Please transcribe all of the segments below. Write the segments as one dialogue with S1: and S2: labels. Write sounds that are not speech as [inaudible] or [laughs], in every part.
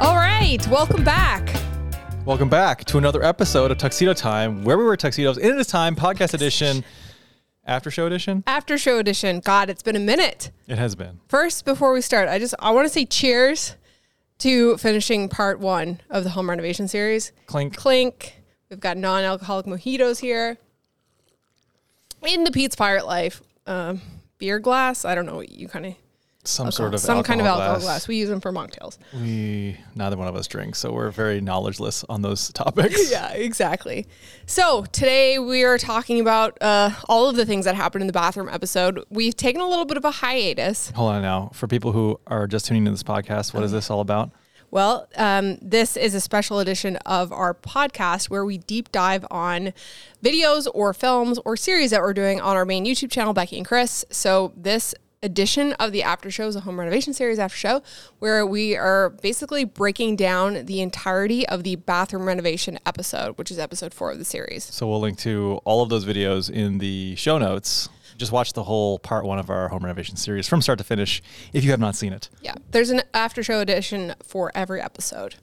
S1: All right, welcome back.
S2: Welcome back to another episode of Tuxedo Time, where we wear tuxedos in this time, podcast edition, after show edition.
S1: After show edition. God, it's been a minute.
S2: It has been.
S1: First, before we start, I just I want to say cheers to finishing part one of the home renovation series.
S2: Clink.
S1: Clink. We've got non-alcoholic mojitos here. In the Pete's Pirate Life, um, beer glass. I don't know what you kind of
S2: Some sort of
S1: some kind of alcohol glass.
S2: glass.
S1: We use them for mocktails.
S2: We neither one of us drinks, so we're very knowledgeless on those [laughs] topics.
S1: Yeah, exactly. So today we are talking about uh, all of the things that happened in the bathroom episode. We've taken a little bit of a hiatus.
S2: Hold on now. For people who are just tuning into this podcast, what is this all about?
S1: Well, um, this is a special edition of our podcast where we deep dive on videos or films or series that we're doing on our main YouTube channel, Becky and Chris. So this edition of the after show is a home renovation series after show where we are basically breaking down the entirety of the bathroom renovation episode, which is episode four of the series.
S2: So we'll link to all of those videos in the show notes. Just watch the whole part one of our home renovation series from start to finish if you have not seen it.
S1: Yeah, there's an after show edition for every episode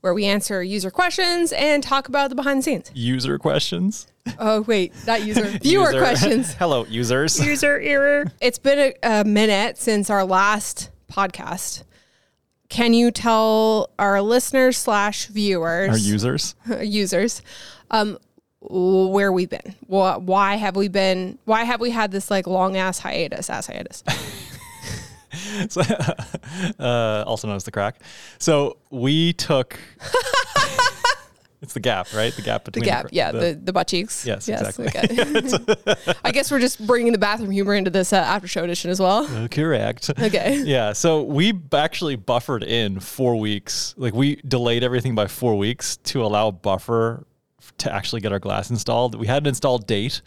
S1: where we answer user questions and talk about the behind the scenes.
S2: User questions.
S1: Oh, wait, not user, viewer
S2: User- [laughs]
S1: questions.
S2: Hello, users.
S1: user error. It's been a, a minute since our last podcast. Can you tell our listeners slash
S2: Our
S1: viewers
S2: users.
S1: [laughs] users um, where we've been? Wh- why have we been? Why have we had this like long ass hiatus? Ass [laughs] hiatus.
S2: So, [laughs] uh, also known as the crack. So
S1: [laughs]
S2: we took. it's the gap, right? The gap
S1: The
S2: between
S1: gap.
S2: cr-
S1: Yeah. The, the butt cheeks.
S2: Yes,
S1: okay. [laughs] I guess we're just bringing the bathroom humor into this uh, after show edition as well.
S2: Uh, correct.
S1: Okay.
S2: [laughs] Yeah. So we b- actually buffered in four weeks. Like we delayed everything by four weeks to allow buffer f- to actually get our glass installed. We had an install date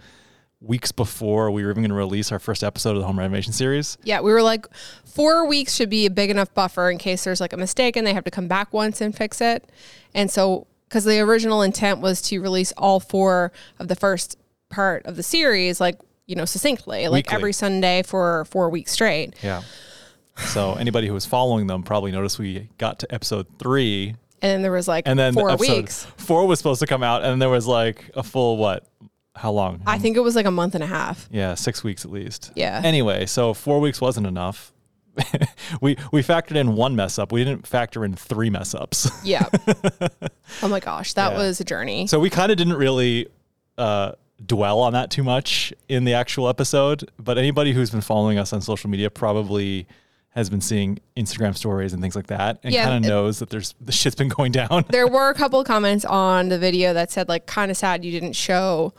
S2: weeks before we were even going to release our first episode of the home renovation series.
S1: Yeah, we were like, four weeks should be a big enough buffer in case there's like a mistake and they have to come back once and fix it. And so, because the original intent was to release all four of the first part of the series, like, you know, succinctly, like
S2: Weekly.
S1: every Sunday for four weeks straight.
S2: Yeah. So anybody who was following them probably noticed we got to episode three
S1: And then there was like
S2: and then
S1: four
S2: episode
S1: weeks.
S2: four was supposed to come out, and there was like a full what? How long?
S1: I think it was like a month and a half.
S2: yeah, six weeks at least.
S1: Yeah.
S2: Anyway, so four weeks wasn't enough. [laughs] we we factored in one mess up. We didn't factor in three mess ups. [laughs]
S1: Yeah. oh my gosh, that
S2: Yeah.
S1: was a journey.
S2: so we kind of didn't really uh, dwell on that too much in the actual episode. But anybody who's been following us on social media probably has been seeing Instagram stories and things like that, and
S1: Yeah.
S2: kind of knows that there's the shit's been going [laughs] down.
S1: there were a couple of comments on the video that said like kind of sad you didn't show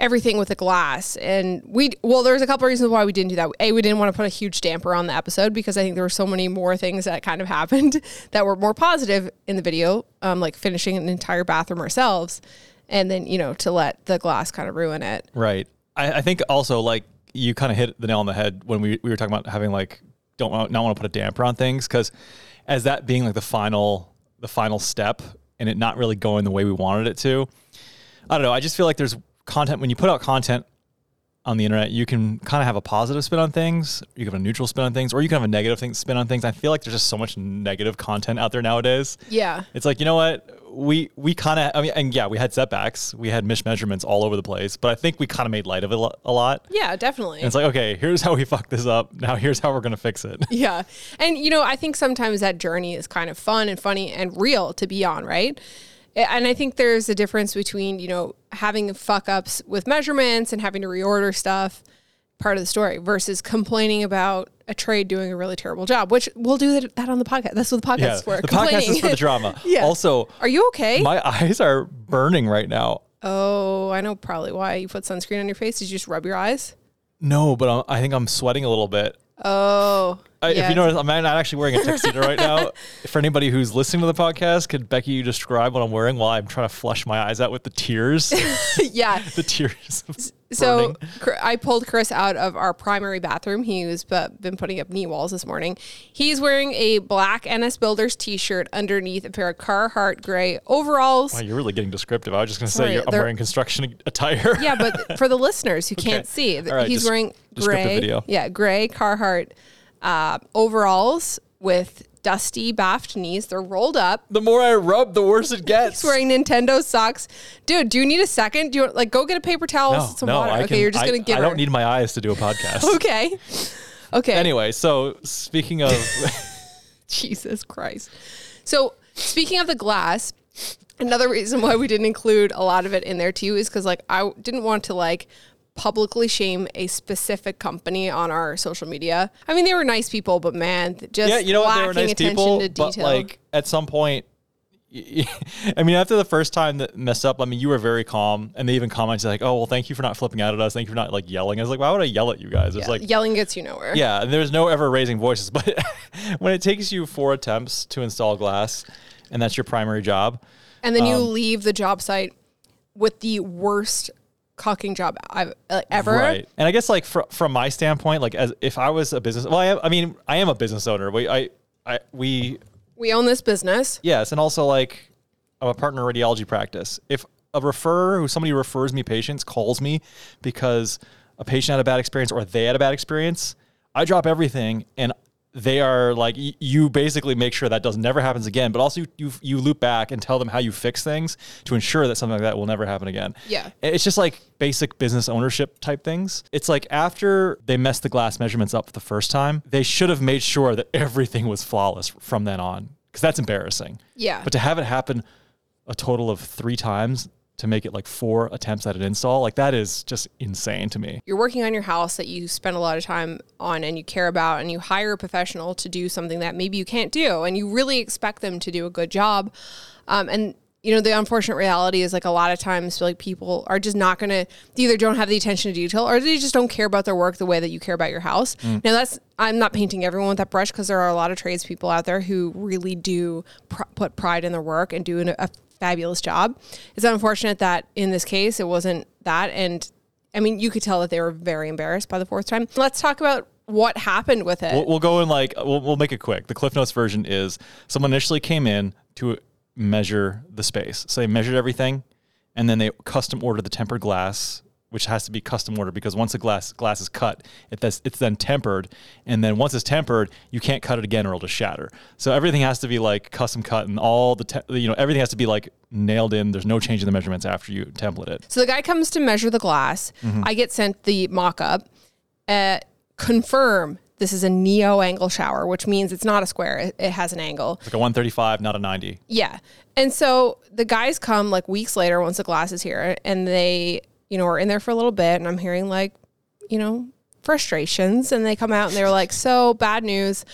S1: everything with the glass and we well there's a couple of reasons why we didn't do that a we didn't want to put a huge damper on the episode because i think there were so many more things that kind of [laughs] happened that were more positive in the video um, like finishing an entire bathroom ourselves and then you know to let the glass kind of ruin it
S2: Right. I, I think also like you kind of hit the nail on the head when we, we were talking about having like don't want, not want to put a damper on things because as that being like the final the final step and it not really going the way we wanted it to. I don't know. I just feel like there's content when you put out content on the internet, you can kind of have a positive spin on things, you can have a neutral spin on things, or you can have a negative thing, spin on things. I feel like there's just so much negative content out there nowadays.
S1: yeah
S2: It's like, you know what? We we kind of I mean and yeah, we had setbacks. We had mismeasurements all over the place, but I think we kind of made light of it a lo- a lot. And
S1: yeah definitely
S2: it's like, okay, here's how we [laughs] fucked this up. Now here's how we're going to fix it.
S1: Yeah. And, you know, I think sometimes that journey is kind of fun and funny and real to be on, right? A- And I think there's a difference between, you know, having fuck ups with measurements and having to reorder stuff part of the story versus complaining about a trade doing a really terrible job, which we'll do that, that on the podcast. That's what the podcast is for.
S2: The podcast is for the
S1: complaining.
S2: drama.
S1: [laughs] Yeah.
S2: Also,
S1: Are you okay?
S2: my [laughs] eyes are burning right now.
S1: oh, I know probably why you put sunscreen on your face. Did you just rub your eyes? [laughs]
S2: No, but I'm, I think I'm sweating a little bit.
S1: Oh.
S2: I,
S1: yeah.
S2: If you notice, I'm not actually
S1: [laughs]
S2: wearing a tuxedo right now. For anybody who's listening to the podcast, could Becky you describe what I'm wearing while I'm trying to flush my eyes out with
S1: [laughs]
S2: the tears?
S1: yeah.
S2: the tears. of
S1: So
S2: burning.
S1: Cr- I pulled Chris out of our primary bathroom. He was but been putting up knee walls this morning. He's wearing a black NS Builders t-shirt underneath a pair of Carhartt gray overalls.
S2: Wow, you're really getting descriptive. I was just going to
S1: Sorry,
S2: say you're, I'm
S1: they're-
S2: wearing construction [laughs] attire.
S1: Yeah, but
S2: [laughs]
S1: for the listeners who can't see, th-
S2: All right,
S1: he's
S2: des-
S1: wearing
S2: descriptive
S1: gray.
S2: video.
S1: Yeah, gray Carhartt uh, overalls with dusty, baffed knees. They're rolled up.
S2: The more I rub, the worse it gets.
S1: He's wearing Nintendo socks. Dude, do you need a second? Do you like go get a paper towel,
S2: no,
S1: some
S2: no,
S1: water?
S2: I
S1: okay,
S2: can-
S1: you're just
S2: I-
S1: gonna give
S2: I
S1: her.
S2: don't need my eyes to do a
S1: [laughs]
S2: podcast.
S1: okay. Okay.
S2: Anyway, so
S1: [laughs]
S2: speaking of,
S1: Jesus Christ. So, speaking of the glass, another reason why we didn't include a lot of it in there too is because, like, I didn't want to, like, publicly shame a specific company on our social media. I mean, they were nice people, but man, th- just
S2: yeah, you know what? They were
S1: lacking
S2: nice
S1: attention
S2: people,
S1: to
S2: but
S1: detail.
S2: like at some point, [laughs] I mean, after the first time that messed up, I mean, you were very calm, and they even commented like, "Oh, well, thank you for not flipping out at us. Thank you for not like yelling." I was like, "Why would I yell at you guys?" It's
S1: Yeah,
S2: like,
S1: yelling gets you nowhere.
S2: yeah, and there's no ever raising voices, [laughs] but when it takes you four attempts to install glass, and that's your primary job,
S1: And then you
S2: um,
S1: leave the job site with the worst cucking job I've uh, ever.
S2: Right. And I guess like fr- from my standpoint, like as if I was a business, well, I, am, I mean, I am a business owner. We, I, I, we,
S1: We own this business.
S2: yes, and also like I'm a partner in radiology practice. If a referrer, who somebody refers me patients, calls me because a patient had a bad experience or they had a bad experience, I drop everything and they are like y- you basically make sure that does never happens again but also you, you you loop back and tell them how you fix things to ensure that something like that will never happen again
S1: Yeah.
S2: it's just like basic business ownership type things. It's like after they messed the glass measurements up the first time, they should have made sure that everything was flawless from then on because that's embarrassing.
S1: Yeah.
S2: But to have it happen a total of three times to make it like four attempts at an install, like that is just insane to me.
S1: you're working on your house that you spend a lot of time on and you care about and you hire a professional to do something that maybe you can't do and you really expect them to do a good job um, and you know the unfortunate reality is like a lot of times like people are just not gonna they either don't have the attention to detail or they just don't care about their work the way that you care about your house now that's i'm not painting everyone with that brush because there are a lot of tradespeople out there who really do pr- put pride in their work and do an, a fabulous job it's unfortunate that in this case it wasn't that and I mean, you could tell that they were very embarrassed by the fourth time. Let's talk about what happened with it.
S2: We'll, we'll go in like, we'll, we'll make it quick. The Cliff Notes version is someone initially came in to measure the space. So they measured everything and then they custom ordered the tempered glass, which has to be custom ordered because once the glass glass is cut, it does, it's then tempered. And then once it's tempered, you can't cut it again or it'll just shatter. So everything has to be like custom cut and all the, te- you know, everything has to be like nailed in. There's no change in the measurements after you template it.
S1: so the guy comes to measure the glass. I get sent the mock up. Uh, confirm this is a neo angle shower, which means it's not a square, it, it has an angle.
S2: Like a 135, not a 90.
S1: Yeah. And so the guys come like weeks later once the glass is here and they, you know, are in there for a little bit and I'm hearing like, you know, frustrations and they come out and they're like, so bad news.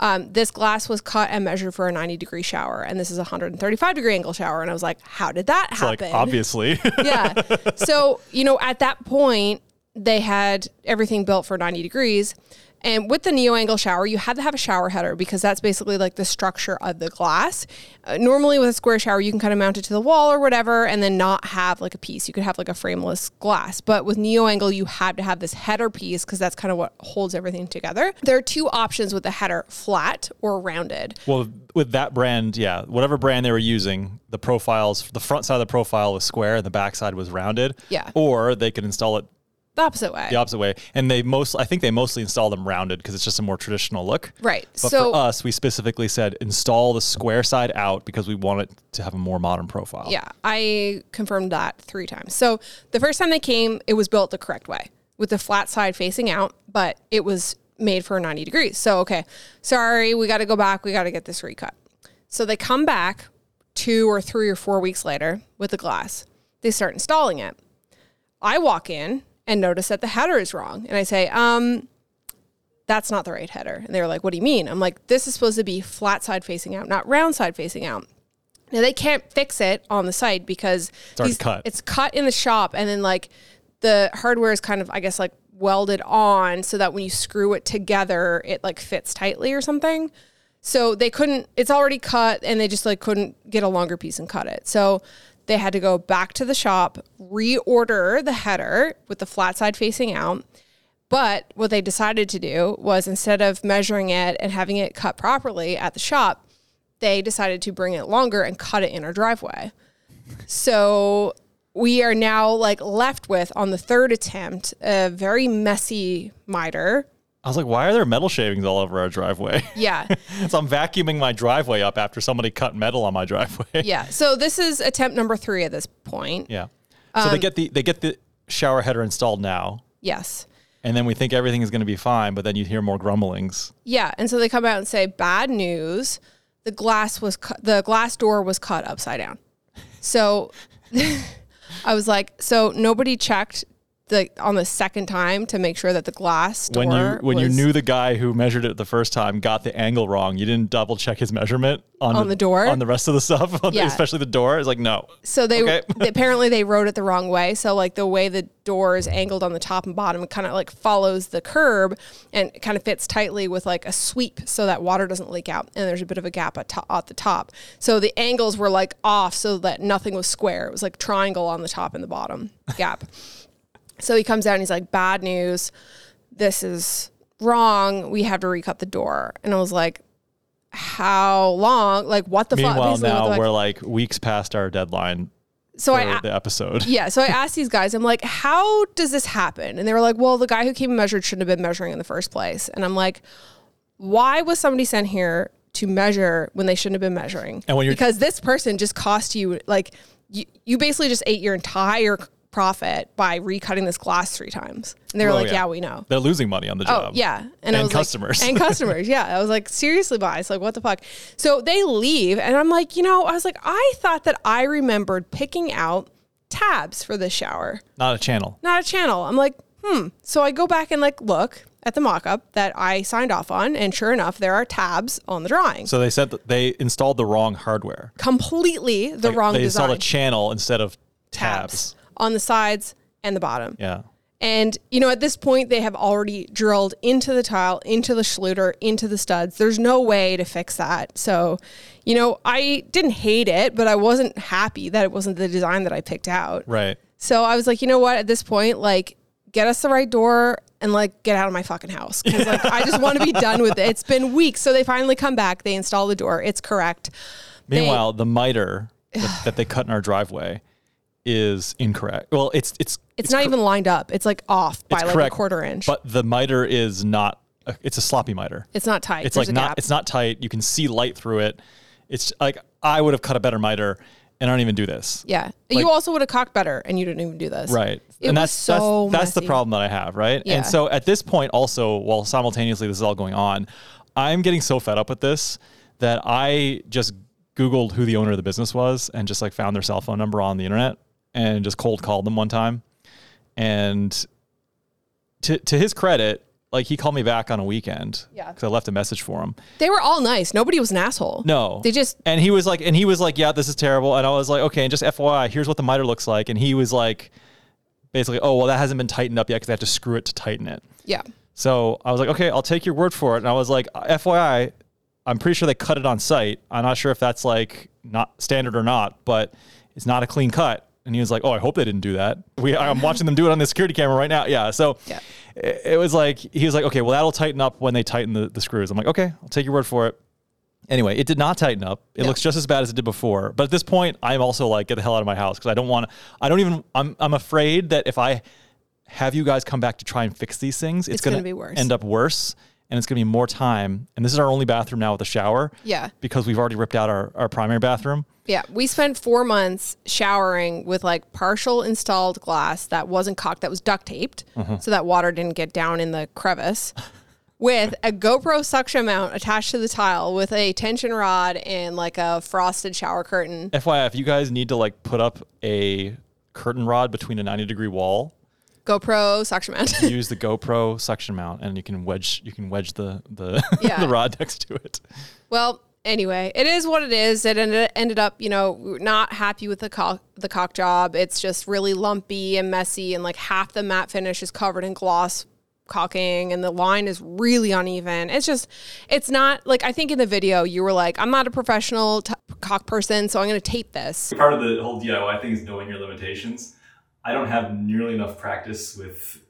S1: Um, this glass was cut and measured for a 90 degree shower and this is a 135 degree angle shower. And I was like, how did that
S2: Like
S1: happen?
S2: obviously.
S1: yeah. So, you know, at that point, they had everything built for 90 degrees. And with the neo angle shower, you had to have a shower header because that's basically like the structure of the glass. Uh, normally, with a square shower, you can kind of mount it to the wall or whatever and then not have like a piece. You could have like a frameless glass. But with neo angle, you had to have this header piece because that's kind of what holds everything together. There are two options with the header flat or rounded.
S2: Well, with that brand, yeah, whatever brand they were using, the profiles, the front side of the profile was square and the back side was rounded.
S1: Yeah.
S2: Or they could install it
S1: The opposite way.
S2: the opposite way, and they most, I think they mostly install them rounded because it's just a more traditional look.
S1: Right.
S2: But
S1: So-
S2: for us, we specifically said install the square side out because we want it to have a more modern profile.
S1: Yeah, I confirmed that three times. So the first time they came, it was built the correct way with the flat side facing out, but it was made for 90 degrees. So, okay, sorry, we got to go back. We got to get this recut. So they come back two or three or four weeks later with the glass. They start installing it. I walk in and notice that the header is wrong. And I say, um, that's not the right header. And they were like, what do you mean? I'm like, this is supposed to be flat side facing out, not round side facing out. Now they can't fix it on the site because it's
S2: already cut.
S1: It's cut in the shop, and then like the hardware is kind of, I guess, like welded on so that when you screw it together, it like fits tightly or something. So they couldn't. It's already cut, and they just like couldn't get a longer piece and cut it. So they had to go back to the shop, reorder the header with the flat side facing out. But what they decided to do was instead of measuring it and having it cut properly at the shop, they decided to bring it longer and cut it in our driveway. So we are now like left with on the third attempt a very messy miter
S2: I was like, why are there metal shavings all over our driveway? [laughs]
S1: Yeah.
S2: so I'm vacuuming my driveway up after somebody cut metal on my driveway. [laughs]
S1: yeah. So this is attempt number three at this point.
S2: Yeah. So
S1: Um,
S2: they get the they get the shower header installed now,
S1: Yes.
S2: and then we think everything is going to be fine, but then you hear more grumblings.
S1: Yeah, and so they come out and say, "Bad news: the glass was cu- the glass door was cut upside down." So [laughs] I was like, "So nobody checked the on the second time to make sure that the glass door
S2: When you when you
S1: was
S2: knew the guy who measured it the first time got the angle wrong, you didn't double check his measurement on,
S1: On the door?
S2: on the rest of the stuff, [laughs] on the-
S1: Yeah.
S2: especially the door. It's like no,
S1: So they
S2: Okay.
S1: [laughs] apparently they wrote it the wrong way. So like the way the door is angled on the top and bottom, it kind of like follows the curb and kind of fits tightly with like a sweep, so that water doesn't leak out. And there's a bit of a gap at, to- at the top. So the angles were like off, so that nothing was square. It was like triangle on the top and the
S2: [laughs]
S1: bottom gap. So he comes out and he's like, "Bad news, this is wrong. We have to recut the door." And I was like. How long? Like what the fuck?
S2: Meanwhile,
S1: Basically, what the
S2: now
S1: fuck?
S2: we're like weeks past our deadline
S1: so
S2: for
S1: I
S2: the episode.
S1: [laughs] yeah, so I asked these guys, I'm like, how does this happen? And they were like, well, the guy who came and measured shouldn't have been measuring in the first place. And I'm like, why was somebody sent here to measure when they shouldn't have been measuring?
S2: And when you're-
S1: because this person just cost you like you, you basically just ate your entire profit by recutting this glass three times. And they were
S2: Oh,
S1: like,
S2: yeah.
S1: yeah. we know.
S2: [laughs] They're losing money on the
S1: Oh
S2: job.
S1: yeah, and, I
S2: Um, And
S1: was
S2: customers.
S1: like, and
S2: [laughs]
S1: customers. Yeah, I was like, seriously, guys, like, what the fuck? So they leave, and I'm like, you know, I was like, I thought that I remembered picking out tabs for the shower,
S2: not a channel.
S1: not a channel. I'm like, hmm. So I go back and like look at the mock-up that I signed off on, and sure enough, there are tabs on the drawing.
S2: So they said that they installed the wrong hardware.
S1: Completely the wrong
S2: they
S1: design.
S2: installed a channel instead of tabs.
S1: on the sides and the bottom.
S2: Yeah.
S1: And you know, at this point, they have already drilled into the tile, into the Schluter, into the studs. There's no way to fix that. So, you know, I didn't hate it, but I wasn't happy that it wasn't the design that I picked out.
S2: Right.
S1: So I was like, you know what? At this point, like, get us the right door and like get out of my fucking house because like I just want to be done with it. It's been weeks, so they finally come back. They install the door. It's correct. They-
S2: Meanwhile, the miter that,
S1: [sighs]
S2: that they cut in our driveway is incorrect. Well, it's it's
S1: it's, not even lined up. It's like off by
S2: it's
S1: like
S2: correct,
S1: a quarter inch.
S2: but the miter is not. A, it's a sloppy miter.
S1: it's not tight.
S2: It's
S1: There's
S2: like
S1: a
S2: not.
S1: gap.
S2: It's not tight. You can see light through it. It's like I would have cut a better miter, and I don't even do this.
S1: Yeah.
S2: Like-
S1: you also would have cocked better and you didn't even do this.
S2: Right.
S1: It
S2: and
S1: was
S2: that's
S1: so
S2: that's, that's the
S1: messy.
S2: problem that I have, right?
S1: Yeah.
S2: And so at this point also while simultaneously this is all going on, I'm getting so fed up with this that I just googled who the owner of the business was and just like found their cell phone number on the internet and just cold called them one time. And to to his credit, like he called me back on a weekend
S1: Yeah.
S2: cuz I left a message for him.
S1: They were all nice. Nobody was an asshole.
S2: No.
S1: They just
S2: and he was like and he was like, Yeah, this is terrible. And I was like, Okay, and just FYI, here's what the miter looks like. And he was like basically, oh well that hasn't been tightened up yet because I have to screw it to tighten it.
S1: yeah.
S2: So I was like, okay, I'll take your word for it. And I was like, FYI, I'm pretty sure they cut it on site. I'm not sure if that's like not standard or not, but it's not a clean cut. And he was like, oh, I hope they didn't do that. We, I'm watching them do it on the security camera right now. Yeah. So
S1: Yeah.
S2: it, it was like, he was like, okay, well, that'll tighten up when they tighten the, the screws. I'm like, okay, I'll take your word for it. Anyway, it did not tighten up. It
S1: No.
S2: looks just as bad as it did before. But at this point, I'm also like, get the hell out of my house because I don't want to. I don't even. I'm. I'm afraid that if I have you guys come back to try and fix these things, it's,
S1: It's
S2: going
S1: gonna
S2: to
S1: be worse.
S2: End up worse, and it's going to be more time. And this is our only bathroom now with a shower.
S1: Yeah.
S2: Because we've already ripped out our, our primary bathroom.
S1: Yeah. We spent four months showering with like partial installed glass that wasn't caulked, that was duct taped
S2: Mm-hmm.
S1: so that water didn't get down in the crevice. [laughs] With a GoPro suction mount attached to the tile with a tension rod and like a frosted shower curtain.
S2: FYI, if you guys need to like put up a curtain rod between a 90 degree wall,
S1: GoPro suction mount.
S2: [laughs] use the GoPro suction mount, and you can wedge you can wedge the the, [laughs]
S1: Yeah.
S2: the rod next to it.
S1: Well, anyway, it is what it is. It ended, ended up, you know, not happy with the cock, the cock job. It's just really lumpy and messy, and like half the matte finish is covered in gloss caulking, and the line is really uneven. It's just, it's not like I think in the video you were like, I'm not a professional t- cock person, so I'm going to tape this.
S2: part of the whole DIY thing is knowing your limitations. I don't have nearly enough practice with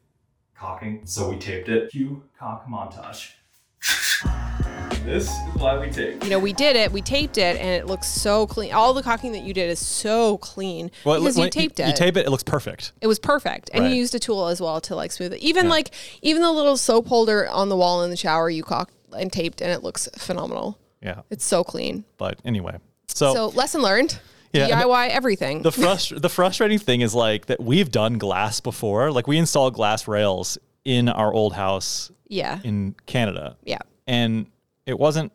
S2: cocking, so we taped it. Cue cock montage. This is why we take.
S1: You know, we did it, we taped it, and it looks so clean. All the caulking that you did is so clean because you taped
S2: you,
S1: it.
S2: You tape it. It looks perfect.
S1: it was perfect, and
S2: Right.
S1: you used a tool as well to like smooth it. Even like even the little soap holder on the wall in the shower, you caulked and taped, and it looks phenomenal.
S2: Yeah.
S1: It's so clean.
S2: But anyway, so,
S1: So lesson learned.
S2: Yeah, and the-
S1: DIY everything.
S2: the frust- the frustrating thing is like that we've done glass before. Like we installed glass rails in our old house
S1: yeah.
S2: in Canada.
S1: Yeah.
S2: And it wasn't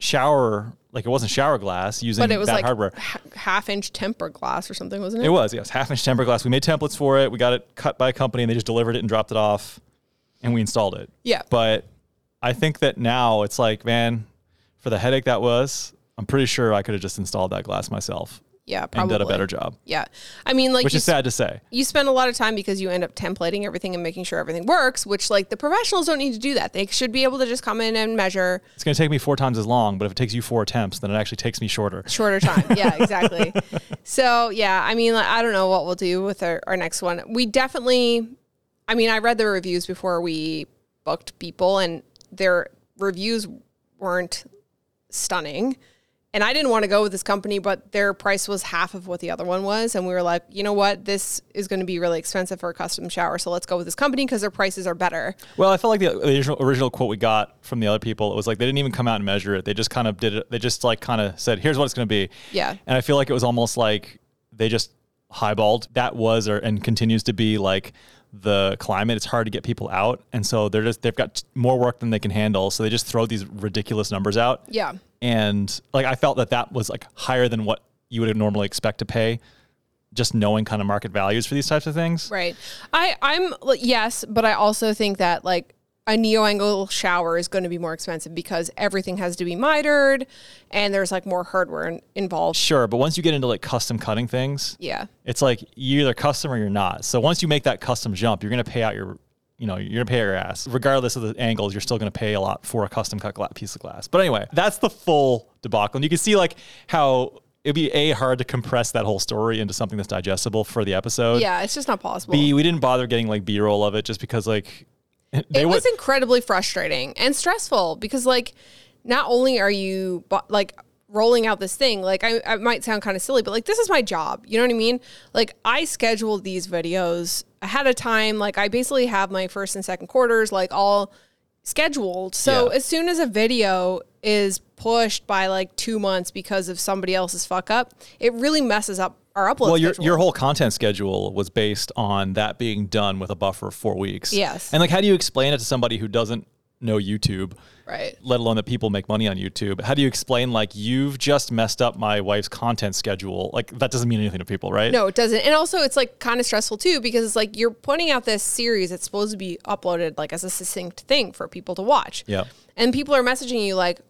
S2: shower like it wasn't shower glass using
S1: But it was
S2: that
S1: like
S2: hardware.
S1: ha- half inch tempered glass or something, wasn't it?
S2: It was, yes, half inch tempered glass. We made templates for it. We got it cut by a company and they just delivered it and dropped it off and we installed it.
S1: Yeah.
S2: But I think that now it's like, man, for the headache that was, I'm pretty sure I could have just installed that glass myself
S1: yeah,
S2: and
S1: probably.
S2: done a better job,
S1: Yeah. I mean, like
S2: which
S1: you
S2: is sad to say.
S1: you spend a lot of time because you end up templating everything and making sure everything works, which like the professionals don't need to do that. They should be able to just come in and measure
S2: It's going to take me four times as long, but if it takes you four attempts, then it actually takes me shorter.
S1: shorter time. Yeah, exactly. so yeah, I mean, like, I don't know what we'll do with our, our next one. We definitely, I mean, I read the reviews before we booked people, and their reviews weren't stunning. And I didn't want to go with this company, but their price was half of what the other one was. And we were like, you know what? This is going to be really expensive for a custom shower. So let's go with this company because their prices are better.
S2: Well, I felt like the, the original, original quote we got from the other people, it was like they didn't even come out and measure it. They just kind of did it. They just like kind of said, here's what it's going to be.
S1: Yeah.
S2: And I feel like it was almost like they just highballed. That was or and continues to be like the climate. It's hard to get people out. And so they're just, they've got more work than they can handle. So they just throw these ridiculous numbers out.
S1: Yeah.
S2: And like I felt that that was like higher than what you would normally expect to pay, just knowing kind of market values for these types of things.
S1: Right. I I'm like, yes, but I also think that like a neo angle shower is going to be more expensive because everything has to be mitered and there's like more hardware in- involved.
S2: Sure. But once you get into like custom cutting things,
S1: Yeah.
S2: it's like you're either custom or you're not. So once you make that custom jump, you're gonna pay out your, you know, you're gonna pay out your ass, regardless of the angles. You're still gonna pay a lot for a custom cut gla- piece of glass. But anyway, that's the full debacle, and you can see like how it'd be a hard to compress that whole story into something that's digestible for the episode.
S1: Yeah, it's just not possible.
S2: B, we didn't bother getting like B-roll of it just because like [laughs] they
S1: it
S2: would.
S1: was incredibly frustrating and stressful because like not only are you bu- like rolling out this thing like I, I might sound kind of silly but like this is my job you know what i mean like i scheduled these videos ahead of time like i basically have my first and second quarters like all scheduled so
S2: Yeah.
S1: as soon as a video is pushed by like two months because of somebody else's fuck up it really messes up our upload
S2: well, your,
S1: schedule.
S2: your whole content schedule was based on that being done with a buffer of four weeks.
S1: Yes.
S2: And like, how do you explain it to somebody who doesn't know YouTube?
S1: right
S2: let alone that people make money on YouTube. How do you explain like you've just messed up my wife's content schedule? Like that doesn't mean anything to people, right?
S1: No, it doesn't. And also, it's like kind of stressful too because it's like you're putting out this series that's supposed to be uploaded like as a succinct thing for people to watch.
S2: Yeah.
S1: And people are messaging you like,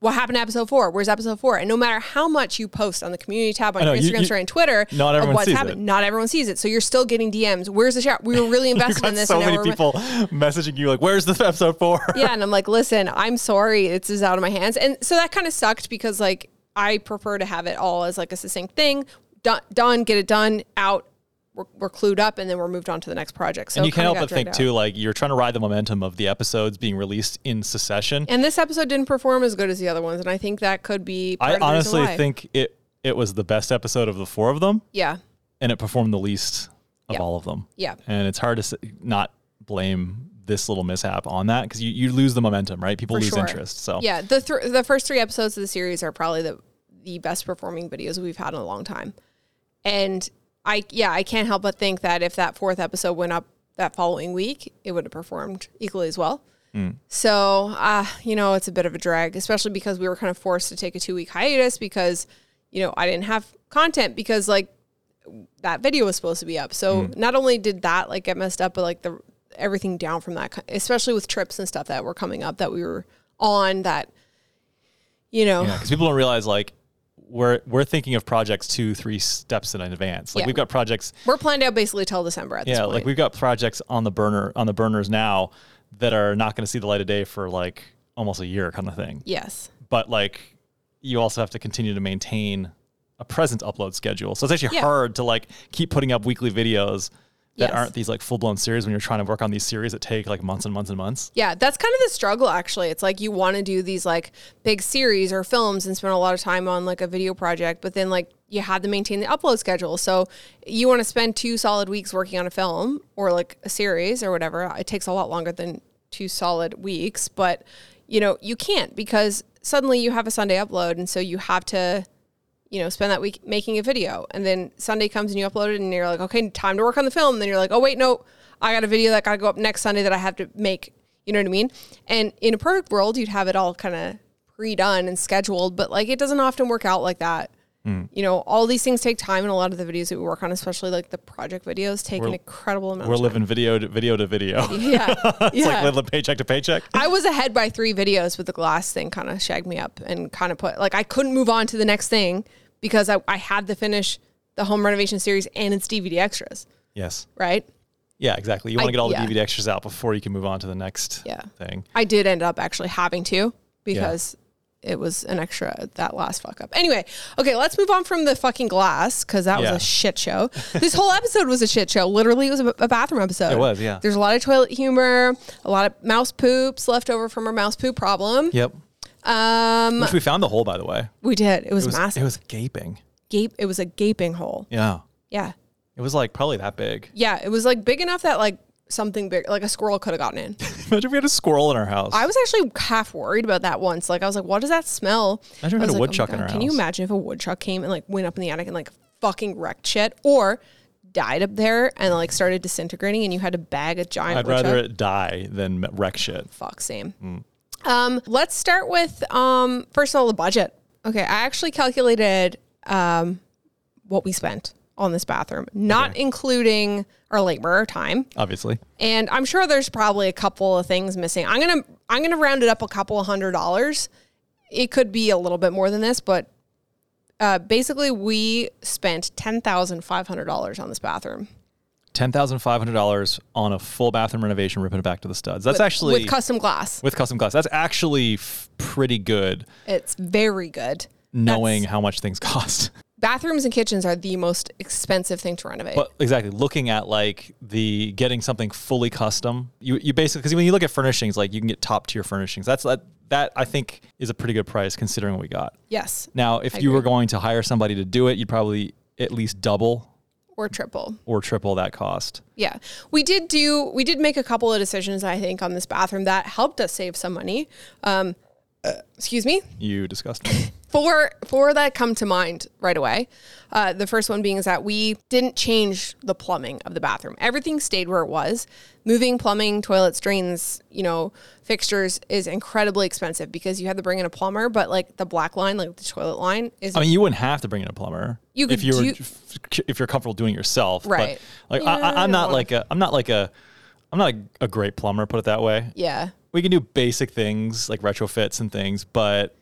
S1: what happened to episode four? Where's episode four? And no matter how much you post on the community tab on
S2: know,
S1: your
S2: you-
S1: Instagram
S2: you-
S1: story and Twitter,
S2: Not
S1: of
S2: everyone
S1: what's
S2: sees
S1: happened,
S2: it.
S1: not everyone sees it. So you're still getting DMs. Where's the shower? We were really
S2: [laughs] You've
S1: invested
S2: got
S1: in this.
S2: so
S1: and now
S2: many
S1: we're- [laughs]
S2: people [laughs] messaging you like, "Where's the episode four?
S1: yeah, and I'm like, listen, I'm sorry, it's is out of my hands, and so that kind of sucked because like I prefer to have it all as like a succinct thing, done, done get it done, out. We're, we're clued up, and then we're moved on to the next project. So
S2: And you
S1: it
S2: can't help
S1: kinda
S2: but
S1: got
S2: think
S1: dragged out.
S2: too, like you're trying to ride the momentum of the episodes being released in succession.
S1: And this episode didn't perform as good as the other ones, and I think that could be. Part
S2: I
S1: of the reason
S2: honestly
S1: why.
S2: think it it was the best episode of the four of them,
S1: yeah,
S2: and it performed the least of
S1: Yeah.
S2: all of them.
S1: Yeah.
S2: and it's hard to s- not blame this little mishap on that because you, you lose the momentum, right? People
S1: for
S2: lose
S1: sure.
S2: interest. So
S1: yeah, the thr the first three episodes of the series are probably the the best performing videos we've had in a long time, and I yeah I can't help but think that if that fourth episode went up that following week, it would have performed equally as well. So uh, you know it's a bit of a drag, especially because we were kind of forced to take a two week hiatus because you know I didn't have content because like that video was supposed to be up. So
S2: Hmm.
S1: not only did that like get messed up, but like the everything down from that, especially with trips and stuff that were coming up that we were on that, you know,
S2: because people don't realize like we're we're thinking of projects two three steps in advance like
S1: Yeah.
S2: we've got projects
S1: we're planned out basically till December at this
S2: yeah
S1: point.
S2: like we've got projects on the burner on the burners now that are not going to see the light of day for like almost a year kind of thing
S1: yes.
S2: but like you also have to continue to maintain a present upload schedule so it's actually
S1: Yeah.
S2: hard to like keep putting up weekly videos that
S1: Yes.
S2: aren't these like full blown series when you're trying to work on these series that take like months and months and months.
S1: Yeah, that's kind of the struggle actually. It's like you want to do these like big series or films and spend a lot of time on like a video project, but then like you have to maintain the upload schedule. So you want to spend two solid weeks working on a film or like a series or whatever. It takes a lot longer than two solid weeks, but you know, you can't because suddenly you have a Sunday upload and so you have to you know, spend that week making a video. And then Sunday comes and you upload it and you're like, okay, time to work on the film. And then you're like, oh, wait, no, I got a video that got to go up next Sunday that I have to make. You know what I mean? And in a perfect world, you'd have it all kind of pre done and scheduled, but like it doesn't often work out like that.
S2: Mm.
S1: You know, all these things take time, and a lot of the videos that we work on, especially like the project videos, take an incredible amount.
S2: We're
S1: of time.
S2: living video to video to video.
S1: [laughs]
S2: it's
S1: yeah, yeah.
S2: [laughs] like living paycheck to paycheck.
S1: I was ahead by three videos, but the glass thing kind of shagged me up and kind of put like I couldn't move on to the next thing because I, I had to finish the home renovation series and its DVD extras,
S2: Yes.
S1: right?
S2: Yeah, exactly. You
S1: I-
S2: want to get all
S1: yeah.
S2: the DVD extras out before you can move on to the next
S1: Yeah.
S2: thing.
S1: I did end up actually having to because it was an extra that last fuck up. Anyway, okay, let's move on from the fucking glass because that
S2: Yeah.
S1: was a shit show. This whole episode was a shit show. Literally, it was a, a bathroom episode.
S2: It was, yeah.
S1: There's a lot of toilet humor, a lot of mouse poops left over from our mouse poop problem.
S2: Yep.
S1: Um,
S2: Which we found the hole, by the way.
S1: we did. It was,
S2: It was,
S1: massive.
S2: it was gaping.
S1: gape it was a gaping hole
S2: Yeah.
S1: yeah
S2: It was like probably that big. [laughs]
S1: yeah it was like big enough that like something big like a squirrel could have gotten in
S2: Imagine if we had a squirrel in our house.
S1: i was actually half worried about that once like i was like what does that smell
S2: Imagine if we
S1: I
S2: had
S1: was
S2: a
S1: like, "Oh
S2: woodchuck in
S1: God,
S2: our
S1: can you
S2: house.
S1: imagine if a woodchuck came and like went up in the attic and like fucking wrecked shit or died up there and like started disintegrating and you had to bag a giant
S2: I'd
S1: woodchuck
S2: rather it die than wreck shit.
S1: fuck same um let's start with um first of all the budget okay i actually calculated um what we spent on this bathroom not including our labor time
S2: Obviously.
S1: and I'm sure there's probably a couple of things missing. I'm gonna I'm gonna round it up a couple of hundred dollars. It could be a little bit more than this, but uh, basically we spent ten thousand five hundred dollars on this bathroom.
S2: ten thousand five hundred dollars on a full bathroom renovation, ripping it back to the studs. That's actually
S1: with custom glass.
S2: with custom glass. That's actually f- pretty good,
S1: It's very good.
S2: knowing how much things [laughs] cost.
S1: Bathrooms and kitchens are the most expensive thing to renovate.
S2: But exactly, looking at like the getting something fully custom, you you basically because when you look at furnishings, like you can get top tier furnishings. That's that that I think is a pretty good price considering what we got.
S1: yes,
S2: Now, if you were going to hire somebody to do it, you'd probably at least double
S1: or triple.
S2: or triple that cost.
S1: Yeah. We did do, we did make a couple of decisions, I think, on this bathroom that helped us save some money. Um, uh, excuse me.
S2: You disgust me.
S1: four four that come to mind right away. Uh, the first one being is that we didn't change the plumbing of the bathroom. Everything stayed where it was. Moving plumbing, toilets, drains, you know, fixtures is incredibly expensive because you have to bring in a plumber. But like the black line, like the toilet line, is
S2: I mean, you wouldn't have to bring in a plumber
S1: You
S2: if
S1: could
S2: you were
S1: do-
S2: f- if you're comfortable doing it yourself.
S1: Right.
S2: But, like
S1: Yeah, I
S2: I, I,
S1: don't
S2: I'm not
S1: wanna-
S2: like a I'm not like a I'm not a, a great plumber. Put it that way.
S1: yeah.
S2: We can do basic things like retrofits and things, but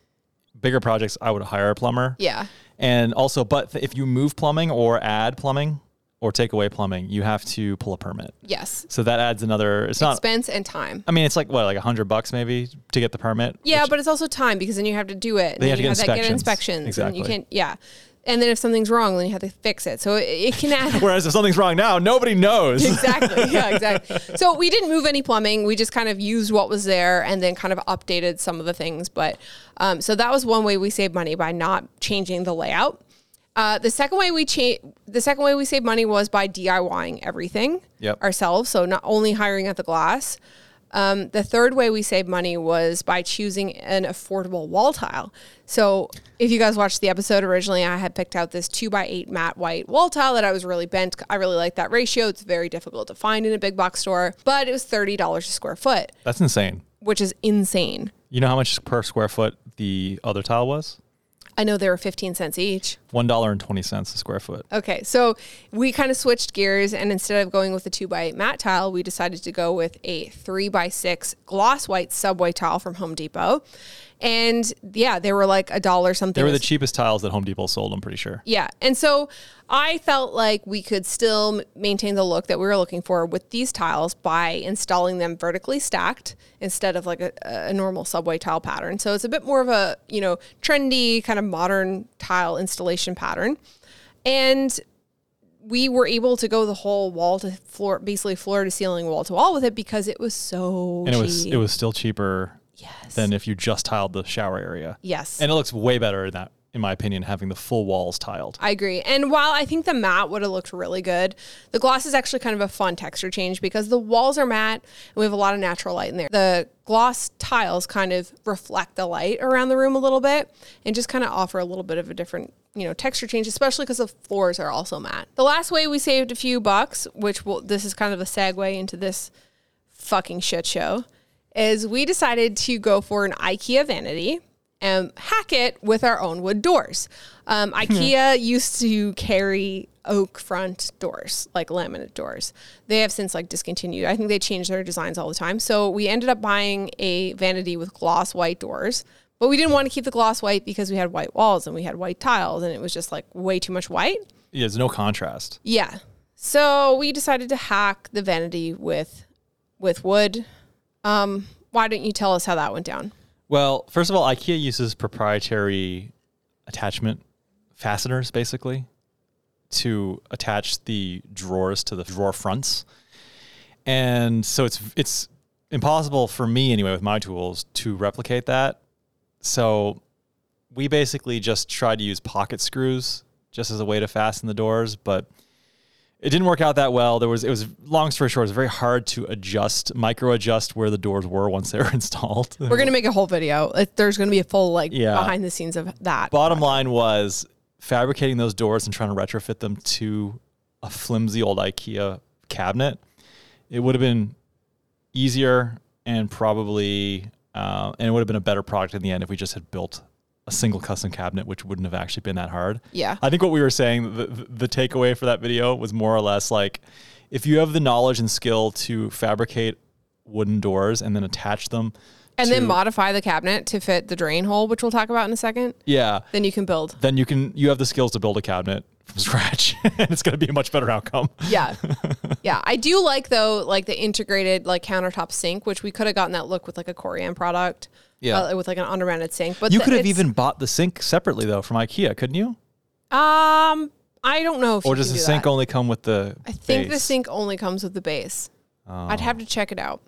S2: bigger projects, I would hire a plumber.
S1: Yeah.
S2: And also, but th- if you move plumbing or add plumbing or take away plumbing, you have to pull a permit.
S1: Yes.
S2: So that adds another. It's not.
S1: Expense and time.
S2: I mean, it's like what, like a hundred bucks maybe to get the permit.
S1: Yeah, but it's also time because then you have to do it. And
S2: Then you
S1: then
S2: have to
S1: you
S2: get
S1: that-
S2: inspections.
S1: inspections. And you
S2: Exactly.
S1: can't. Yeah. And then if something's wrong, then you have to fix it. So it, it can add
S2: [laughs] Whereas if something's wrong now, nobody
S1: [laughs]
S2: knows.
S1: exactly. Yeah, exactly. So we didn't move any plumbing. We just kind of used what was there and then kind of updated some of the things. But um, so that was one way we saved money by not changing the layout. Uh, the second way we cha- the second way we saved money was by DIYing everything
S2: Yep.
S1: ourselves. So not only hiring at the glass. Um, the third way we saved money was by choosing an affordable wall tile. So if you guys watched the episode originally, I had picked out this two by eight matte white wall tile that I was really bent. I really like that ratio. It's very difficult to find in a big box store, but it was thirty dollars a square foot,
S2: That's insane.
S1: which is insane.
S2: You know how much per square foot the other tile was?
S1: I know they were fifteen cents each.
S2: One dollar and twenty cents a square foot.
S1: Okay, so we kind of switched gears, and instead of going with the two by eight matte tile, we decided to go with a three by six gloss white subway tile from Home Depot. And yeah, they were like a dollar something.
S2: They were the cheapest tiles that Home Depot sold. I'm pretty sure.
S1: yeah, and so I felt like we could still m- maintain the look that we were looking for with these tiles by installing them vertically stacked instead of like a, a normal subway tile pattern. So it's a bit more of a you know trendy kind of modern tile installation pattern, and we were able to go the whole wall to floor, basically floor to ceiling, wall to wall with it because it was so
S2: and it was
S1: cheap.
S2: it was still cheaper
S1: yes.
S2: than if you just tiled the shower area.
S1: yes.
S2: And it looks way better in that, in my opinion, having the full walls tiled.
S1: I agree. And while I think the matte would have looked really good, the gloss is actually kind of a fun texture change because the walls are matte and we have a lot of natural light in there. The gloss tiles kind of reflect the light around the room a little bit and just kind of offer a little bit of a different, you know, texture change, especially because the floors are also matte. The last way we saved a few bucks, which will, this is kind of a segue into this fucking shit show is we decided to go for an IKEA vanity and hack it with our own wood doors. Um, IKEA used to carry oak front doors, like laminate doors. They have since like discontinued. I think they change their designs all the time. So we ended up buying a vanity with gloss white doors. But we didn't want to keep the gloss white because we had white walls and we had white tiles and it was just like way too much white.
S2: Yeah, there's no contrast.
S1: Yeah. So we decided to hack the vanity with with wood. Um, why don't you tell us how that went down?
S2: Well, first of all, IKEA uses proprietary attachment fasteners basically to attach the drawers to the drawer fronts. And so it's it's impossible for me anyway with my tools to replicate that. So we basically just tried to use pocket screws just as a way to fasten the doors, but it didn't work out that well. There was it was long story short, it was very hard to adjust, micro adjust where the doors were once they were [laughs] installed.
S1: We're gonna make a whole video. Like, There's gonna be a full like
S2: Yeah.
S1: behind the scenes of that.
S2: bottom line was fabricating those doors and trying to retrofit them to a flimsy old IKEA cabinet. It would have been easier and probably, uh, and it would have been a better product in the end if we just had built a single custom cabinet, which wouldn't have actually been that hard.
S1: Yeah.
S2: I think what we were saying, the, the the takeaway for that video was more or less like if you have the knowledge and skill to fabricate wooden doors and then attach them.
S1: and
S2: to-
S1: then modify the cabinet to fit the drain hole, which we'll talk about in a second.
S2: yeah.
S1: Then you can build.
S2: then you can you have the skills to build a cabinet from [laughs] scratch and it's going to be a much better outcome [laughs]
S1: Yeah. yeah. I do like though, like the integrated like countertop sink, which we could have gotten that look with like a Corian product.
S2: Yeah.
S1: uh, with like an undermounted sink. But
S2: you
S1: the-
S2: could have
S1: it's-
S2: even bought the sink separately though from ikea couldn't you
S1: um I don't know if
S2: or
S1: you
S2: does
S1: can
S2: the
S1: do
S2: sink
S1: that.
S2: only come with the
S1: I think the
S2: base? Oh.
S1: sink only comes with the base. I'd have to check it out.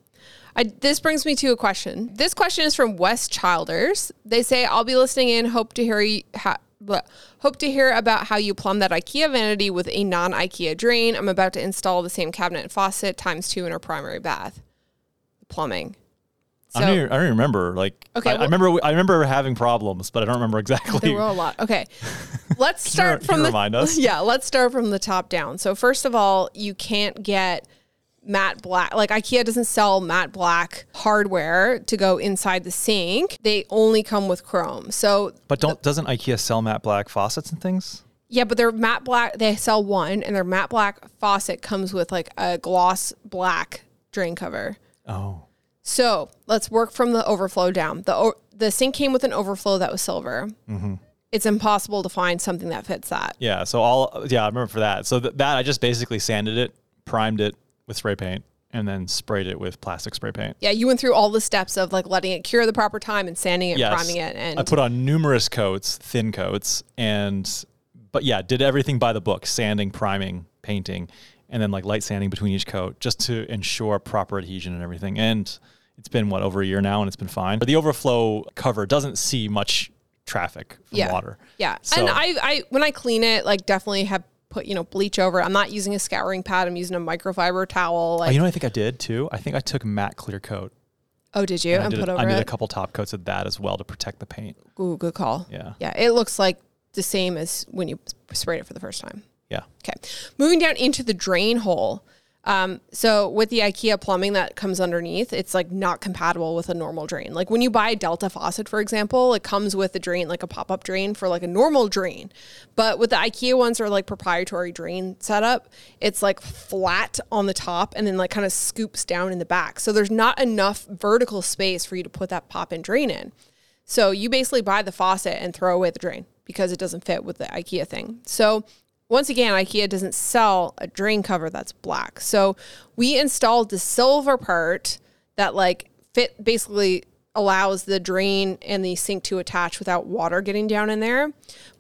S1: I, this brings me to a question. This question is from Wes Childers. They say, "I'll be listening in. Hope to hear you, ha, bleh. hope to hear about how you plumb that IKEA vanity with a non-IKEA drain. I'm about to install the same cabinet and faucet times two in our primary bath. Plumbing. So
S2: I, don't even, I don't even remember like
S1: Okay,
S2: I, I
S1: well-
S2: remember we- i remember having problems but i don't remember [laughs] exactly
S1: There were a lot. Okay.
S2: [laughs]
S1: Let's
S2: you
S1: start
S2: re-
S1: from
S2: can you
S1: the
S2: remind us?
S1: [laughs] Yeah, let's start from the top down. So first of all, you can't get matte black like IKEA doesn't sell matte black hardware to go inside the sink. They only come with chrome. So
S2: but don't doesn't ikea sell matte black faucets and things
S1: yeah, but their matte black they sell one and their matte black faucet comes with like a gloss black drain cover.
S2: oh
S1: So let's work from the overflow down. The o- the sink came with an overflow that was silver.
S2: Mm-hmm.
S1: It's impossible to find something that fits that.
S2: yeah so all yeah i remember for that so th- that i just basically sanded it primed it with spray paint and then sprayed it with plastic spray paint
S1: Yeah, you went through all the steps of like letting it cure the proper time and sanding it,
S2: Yes.
S1: priming it, and
S2: I put on numerous coats, thin coats, and but yeah, did everything by the book: sanding, priming, painting, and then like light sanding between each coat, just to ensure proper adhesion and everything. And it's been what over a year now, and it's been fine. But the overflow cover doesn't see much traffic from
S1: yeah,
S2: water.
S1: Yeah,
S2: So-
S1: and I, I when I clean it, like definitely have put you know bleach over. it. I'm not using a scouring pad. I'm using a microfiber towel.
S2: Oh,
S1: Like,
S2: you know, what I think I did too. I think I took matte clear coat.
S1: oh, did you?
S2: I
S1: And
S2: did,
S1: put
S2: a,
S1: over
S2: I did a
S1: it.
S2: couple top coats of that as well to protect the paint.
S1: Ooh, good call.
S2: Yeah.
S1: yeah. It looks like the same as when you sprayed it for the first time.
S2: Yeah.
S1: Okay. Moving down into the drain hole. Um, so with the IKEA plumbing that comes underneath, it's like not compatible with a normal drain. Like when you buy a Delta faucet, for example, it comes with a drain, like a pop-up drain for like a normal drain. But with the IKEA ones are like proprietary drain setup, it's like flat on the top and then like kind of scoops down in the back. So there's not enough vertical space for you to put that pop and drain in. So you basically buy the faucet and throw away the drain because it doesn't fit with the IKEA thing. So once again, IKEA doesn't sell a drain cover that's black. So we installed the silver part that like fit basically allows the drain and the sink to attach without water getting down in there.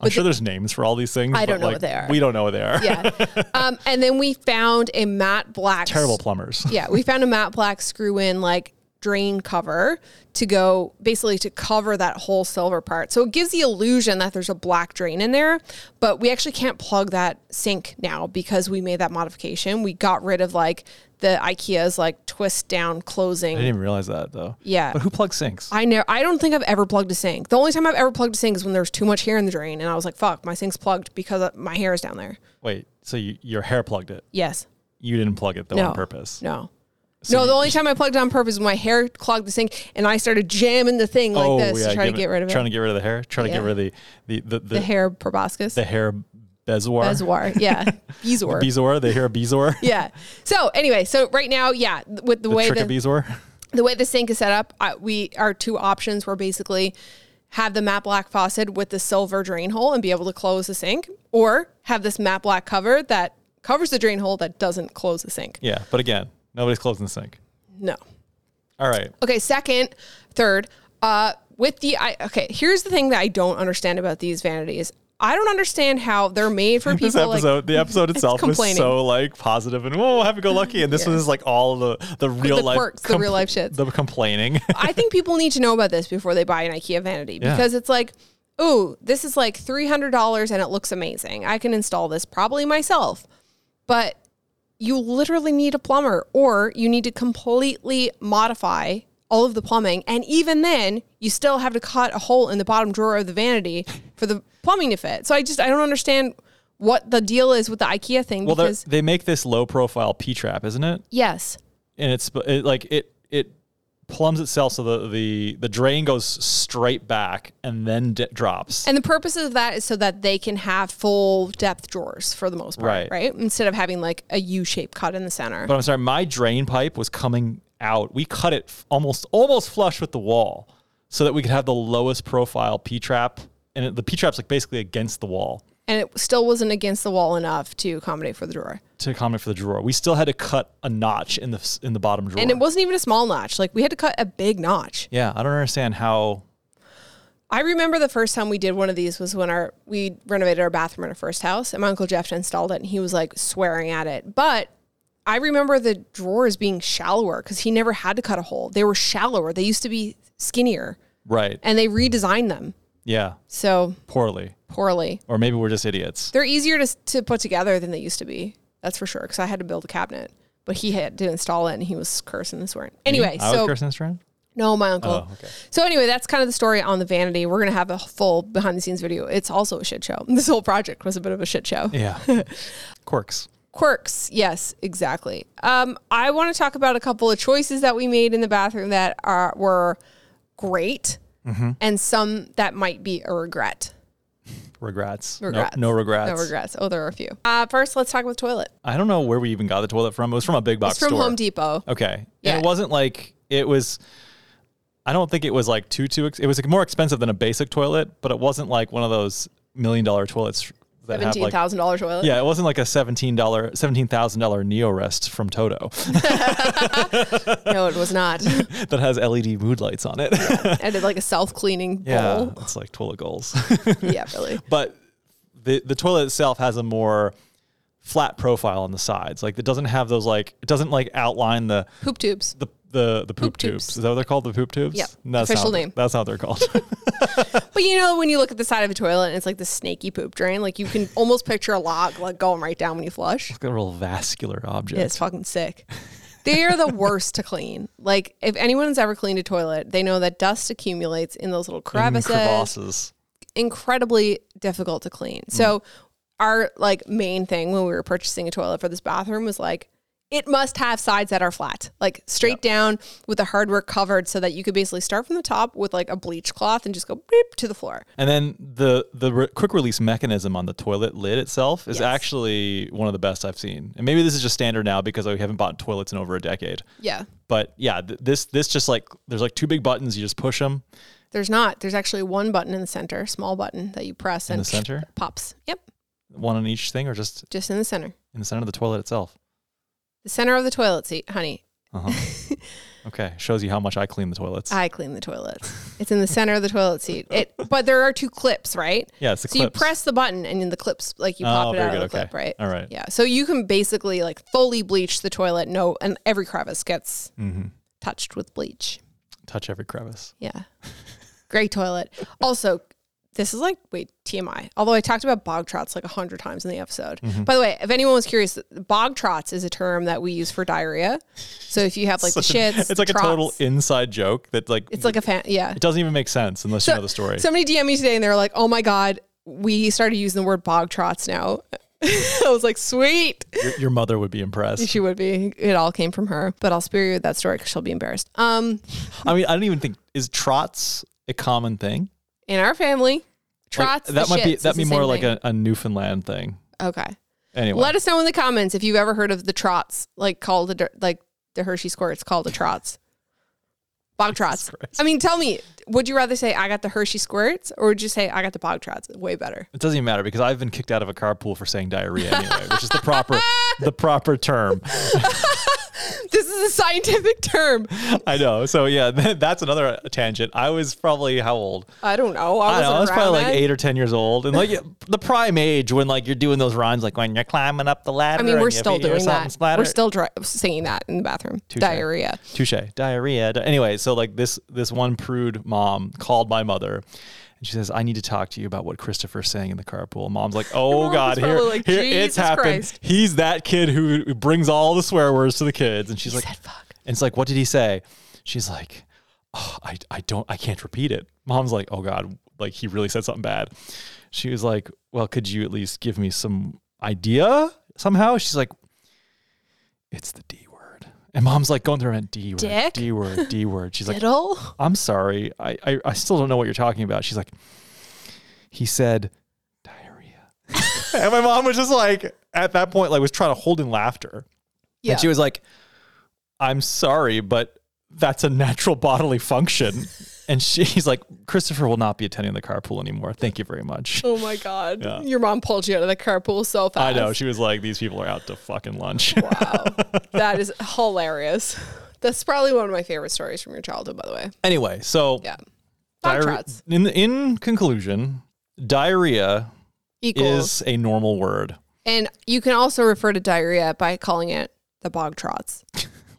S2: I'm [laughs] sure there's names for all these things.
S1: I don't
S2: but,
S1: know
S2: like,
S1: what they are.
S2: We don't know what they are.
S1: Yeah. um, and then we found a matte black [laughs]
S2: Terrible plumbers.
S1: yeah, we found a matte black screw in like drain cover to go basically to cover that whole silver part. So it gives the illusion that there's a black drain in there, but we actually can't plug that sink now because we made that modification. We got rid of like the IKEA's like twist down
S2: I
S1: closing.
S2: didn't even realize that though.
S1: Yeah.
S2: But who plugs sinks?
S1: I know I don't think I've ever plugged a sink. The only time I've ever plugged a sink is when there's too much hair in the drain and I was like, fuck, my sink's plugged because my hair is down there.
S2: Wait, so you, your hair plugged it.
S1: Yes.
S2: You didn't plug it though
S1: No.
S2: on purpose.
S1: No. no, the only time I plugged it on purpose was my hair clogged the sink and I started jamming the thing like this to try to
S2: Oh, give
S1: get rid of it.
S2: Trying to get rid of the hair. Trying
S1: Yeah.
S2: to get rid of the the the, the,
S1: the hair proboscis.
S2: the hair bezoar.
S1: Bezwar.
S2: [laughs]
S1: Yeah. Bezor.
S2: Bezor, the hair bezor.
S1: yeah. So anyway, so right now, [laughs] yeah, th- with the,
S2: The
S1: way
S2: trick
S1: the,
S2: of bezor.
S1: the way the sink is set up, I, we our two options were basically have the matte black faucet with the silver drain hole and be able to close the sink, or have this matte black cover that covers the drain hole that doesn't close the sink.
S2: [laughs] Yeah, but again, nobody's closing the sink.
S1: No.
S2: All right.
S1: Okay, second, third, uh, with the I okay, here's the thing that I don't understand about these vanities. I don't understand how they're made for people
S2: [laughs] This episode,
S1: like
S2: the
S1: [laughs]
S2: episode itself was
S1: complaining.
S2: so like positive and whoa, happy go lucky, and this
S1: Yeah.
S2: was like all the the real life
S1: quirks, the real life shits.
S2: the
S1: [laughs]
S2: complaining.
S1: I think people need to know about this before they buy an IKEA vanity
S2: Yeah.
S1: because it's like, ooh, this is like three hundred dollars and it looks amazing. I can install this probably myself. But you literally need a plumber or you need to completely modify all of the plumbing. And even then, you still have to cut a hole in the bottom drawer of the
S2: [laughs]
S1: vanity for the plumbing to fit. So I just I don't understand what the deal is with the IKEA thing
S2: well, they're-
S1: because
S2: they make this low profile P trap, isn't it?
S1: yes.
S2: and it's it, like it it plumbs itself so the the the drain goes straight back and then d- drops.
S1: And the purpose of that is so that they can have full depth drawers for the most part, right?
S2: Right.
S1: Instead of having like a U shape cut in the center.
S2: but I'm sorry, my drain pipe was coming out. We cut it f- almost almost flush with the wall so that we could have the lowest profile P trap, and it, the P trap's like basically against the wall
S1: and it still wasn't against the wall enough to accommodate for the drawer.
S2: to accommodate for the drawer. We still had to cut a notch in the s- in the bottom drawer.
S1: And it wasn't even a small notch. Like we had to cut a big notch.
S2: yeah, I don't understand how.
S1: I remember the first time we did one of these was when our we renovated our bathroom in our first house and my uncle Jeff installed it and he was like swearing at it. But I remember the drawers being shallower because he never had to cut a hole. They were shallower. They used to be skinnier
S2: Right.
S1: and they redesigned them.
S2: Yeah.
S1: So
S2: Poorly.
S1: poorly.
S2: Or maybe we're just idiots.
S1: they're easier to, to put together than they used to be. That's for sure. Because I had to build a cabinet, but he had to install it, and he was cursing and swearing. Anyway, so
S2: I was Oh, cursing
S1: [laughs]
S2: this round?
S1: no, my uncle.
S2: Oh, okay.
S1: So anyway, that's kind of the story on the vanity. We're gonna have a full behind the scenes video. It's also a shit show. [laughs] This whole project was a bit of a shit show.
S2: Yeah. Quirks.
S1: Quirks, yes, exactly. Um, I want to talk about a couple of choices that we made in the bathroom that are were great,
S2: Mm-hmm.
S1: and some that might be a regret.
S2: Regrets. No-
S1: Regrets.
S2: No, regrets.
S1: No regrets. Oh, there are a few. Uh, first, let's talk about toilet.
S2: I don't know where we even got the toilet from. It was from a big box
S1: It's from
S2: store.
S1: Home Depot.
S2: Okay.
S1: Yeah.
S2: And it wasn't like it was. I don't think it was like too too. Ex- it was like more expensive than a basic toilet, but it wasn't like one of those million dollar toilets that have
S1: seventeen
S2: like.
S1: thousand dollars toilet.
S2: Yeah, it wasn't like a seventeen dollar, seventeen thousand dollar Neo Rest from Toto [laughs]
S1: No, it was not. [laughs]
S2: that has LED mood lights on it. Yeah,
S1: I did like a self cleaning bowl.
S2: [laughs]
S1: [laughs]
S2: it's like toilet goals.
S1: Yeah, really.
S2: but the the toilet itself has a more flat profile on the sides. Like it doesn't have those like it doesn't like outline the
S1: Poop tubes.
S2: the the, the poop,
S1: Poop tubes.
S2: tubes. Is that what they're called? The poop tubes?
S1: Yep.
S2: That's
S1: Official
S2: not, what-
S1: name.
S2: That's not what they're [laughs] called.
S1: But you know, when you look at the side of a toilet and it's like the snaky poop drain, like you can almost picture a log like going right down when you flush.
S2: like a real vascular object.
S1: It's fucking
S2: [laughs]
S1: sick. They are the worst to clean. Like if anyone's ever cleaned a toilet, they know that dust accumulates in those little
S2: And
S1: crevices.
S2: Crevasses.
S1: incredibly difficult to clean. So
S2: Mm.
S1: our like main thing when we were purchasing a toilet for this bathroom was like it must have sides that are flat, like straight down with the hardware covered so that you could basically start from the top with like a bleach cloth and just go beep to the floor.
S2: And then the the re- quick release mechanism on the toilet lid itself is
S1: Yes.
S2: actually one of the best I've seen. And maybe this is just standard now because we haven't bought toilets in over a decade.
S1: Yeah.
S2: But yeah, th- this this just like there's like two big buttons. You just push them.
S1: There's not. There's actually one button in the center, small button that you press and
S2: the center?
S1: pops. Yep.
S2: one on each thing or just
S1: Just in the center.
S2: in the center of the toilet itself?
S1: The center of the toilet seat, honey.
S2: Uh-huh. Okay, shows you how much I clean the toilets.
S1: I clean the toilets. It's in the center of the toilet seat. It, but there are two clips, right?
S2: Yeah, it's the
S1: so
S2: clips.
S1: you press the button and then the clips, like you
S2: Oh,
S1: pop it
S2: very
S1: out
S2: good.
S1: of the
S2: Okay.
S1: clip, right?
S2: All right.
S1: Yeah. So you can basically like fully bleach the toilet. No, and every crevice gets
S2: Mm-hmm.
S1: touched with bleach.
S2: Touch every crevice.
S1: Yeah. [laughs] Great toilet. Also, this is like, wait, TMI. Although I talked about bog trots like a hundred times in the episode.
S2: Mm-hmm.
S1: By the way, if anyone was curious, bog trots is a term that we use for diarrhea. So if you have like the shits,
S2: it's like
S1: trots,
S2: a total inside joke that like
S1: it's like a fan. Yeah.
S2: it doesn't even make sense unless you know the story.
S1: Somebody DM me today and they were like, oh my God, we started using the word bog trots now. [laughs] I was like, sweet.
S2: your, your mother would be impressed.
S1: She would be. It all came from her, but I'll spare you that story because she'll be embarrassed. Um,
S2: I mean, I don't even think is trots a common thing.
S1: in our family,
S2: Like,
S1: trots.
S2: that
S1: the
S2: might be
S1: shits
S2: that
S1: is the
S2: be more
S1: same
S2: like
S1: thing.
S2: a, a Newfoundland thing.
S1: okay.
S2: Anyway,
S1: Let us know in the comments if you've ever heard of the trots, like called the like the Hershey squirts called the trots. Bog trots.
S2: Christ.
S1: I mean, tell me, would you rather say I got the Hershey squirts or would you say I got the bog trots? Way better. [laughs]
S2: It doesn't even matter because I've been kicked out of a carpool for saying diarrhea anyway, which is the proper the proper term.
S1: This is a scientific term.
S2: I know. So yeah, [laughs] th- that's another tangent. I was probably how old?
S1: I don't know. I,
S2: I,
S1: wasn't
S2: don't know. I was probably
S1: around
S2: like
S1: then.
S2: eight or ten years old, and like the prime age when like you're doing those rhymes, like when you're climbing up the
S1: I
S2: ladder.
S1: mean, we're
S2: and you
S1: still
S2: feet or
S1: doing
S2: something
S1: that.
S2: splatter.
S1: We're still dri- singing that in the bathroom. Diarrhea.
S2: Touche. Diarrhea. Di- anyway, so like this this one prude mom called my mother and she says, I need to talk to you about what Christopher's saying in the carpool.
S1: [laughs]
S2: Mom's like, Oh
S1: mom
S2: God,
S1: was
S2: here,
S1: probably like,
S2: here
S1: "Jesus
S2: it's happened.
S1: Christ."
S2: He's that kid who brings all the swear words to the kids. And she's like,
S1: said fuck.
S2: And it's like, what did he say? She's like, oh, I, I don't, I can't repeat it. Mom's like, oh God, like he really said something bad. She was like, well, could you at least give me some idea somehow? She's like, it's the D word. And mom's like going through and D word,
S1: Dick?
S2: D word, D
S1: [laughs]
S2: word. She's like,
S1: Diddle.
S2: I'm sorry. I, I, I still don't know what you're talking about. She's like, he said diarrhea. [laughs] and my mom was just like, at that point, like was trying to hold in laughter.
S1: Yeah.
S2: And she was like, I'm sorry, but that's a natural
S1: [laughs]
S2: bodily function. and she's like, Christopher will not be attending the carpool anymore. Thank you very much.
S1: oh my God.
S2: Yeah.
S1: Your mom pulled you out of the carpool so
S2: I
S1: fast.
S2: know. She was like, these people are out to
S1: [laughs]
S2: fucking lunch.
S1: Wow. that is hilarious. That's probably one of my favorite stories from your childhood, by the way.
S2: anyway, so
S1: Yeah. Bog
S2: diar-
S1: trots
S2: in, in conclusion, diarrhea
S1: equals.
S2: is a normal word.
S1: and you can also refer to diarrhea by calling it the bog trots.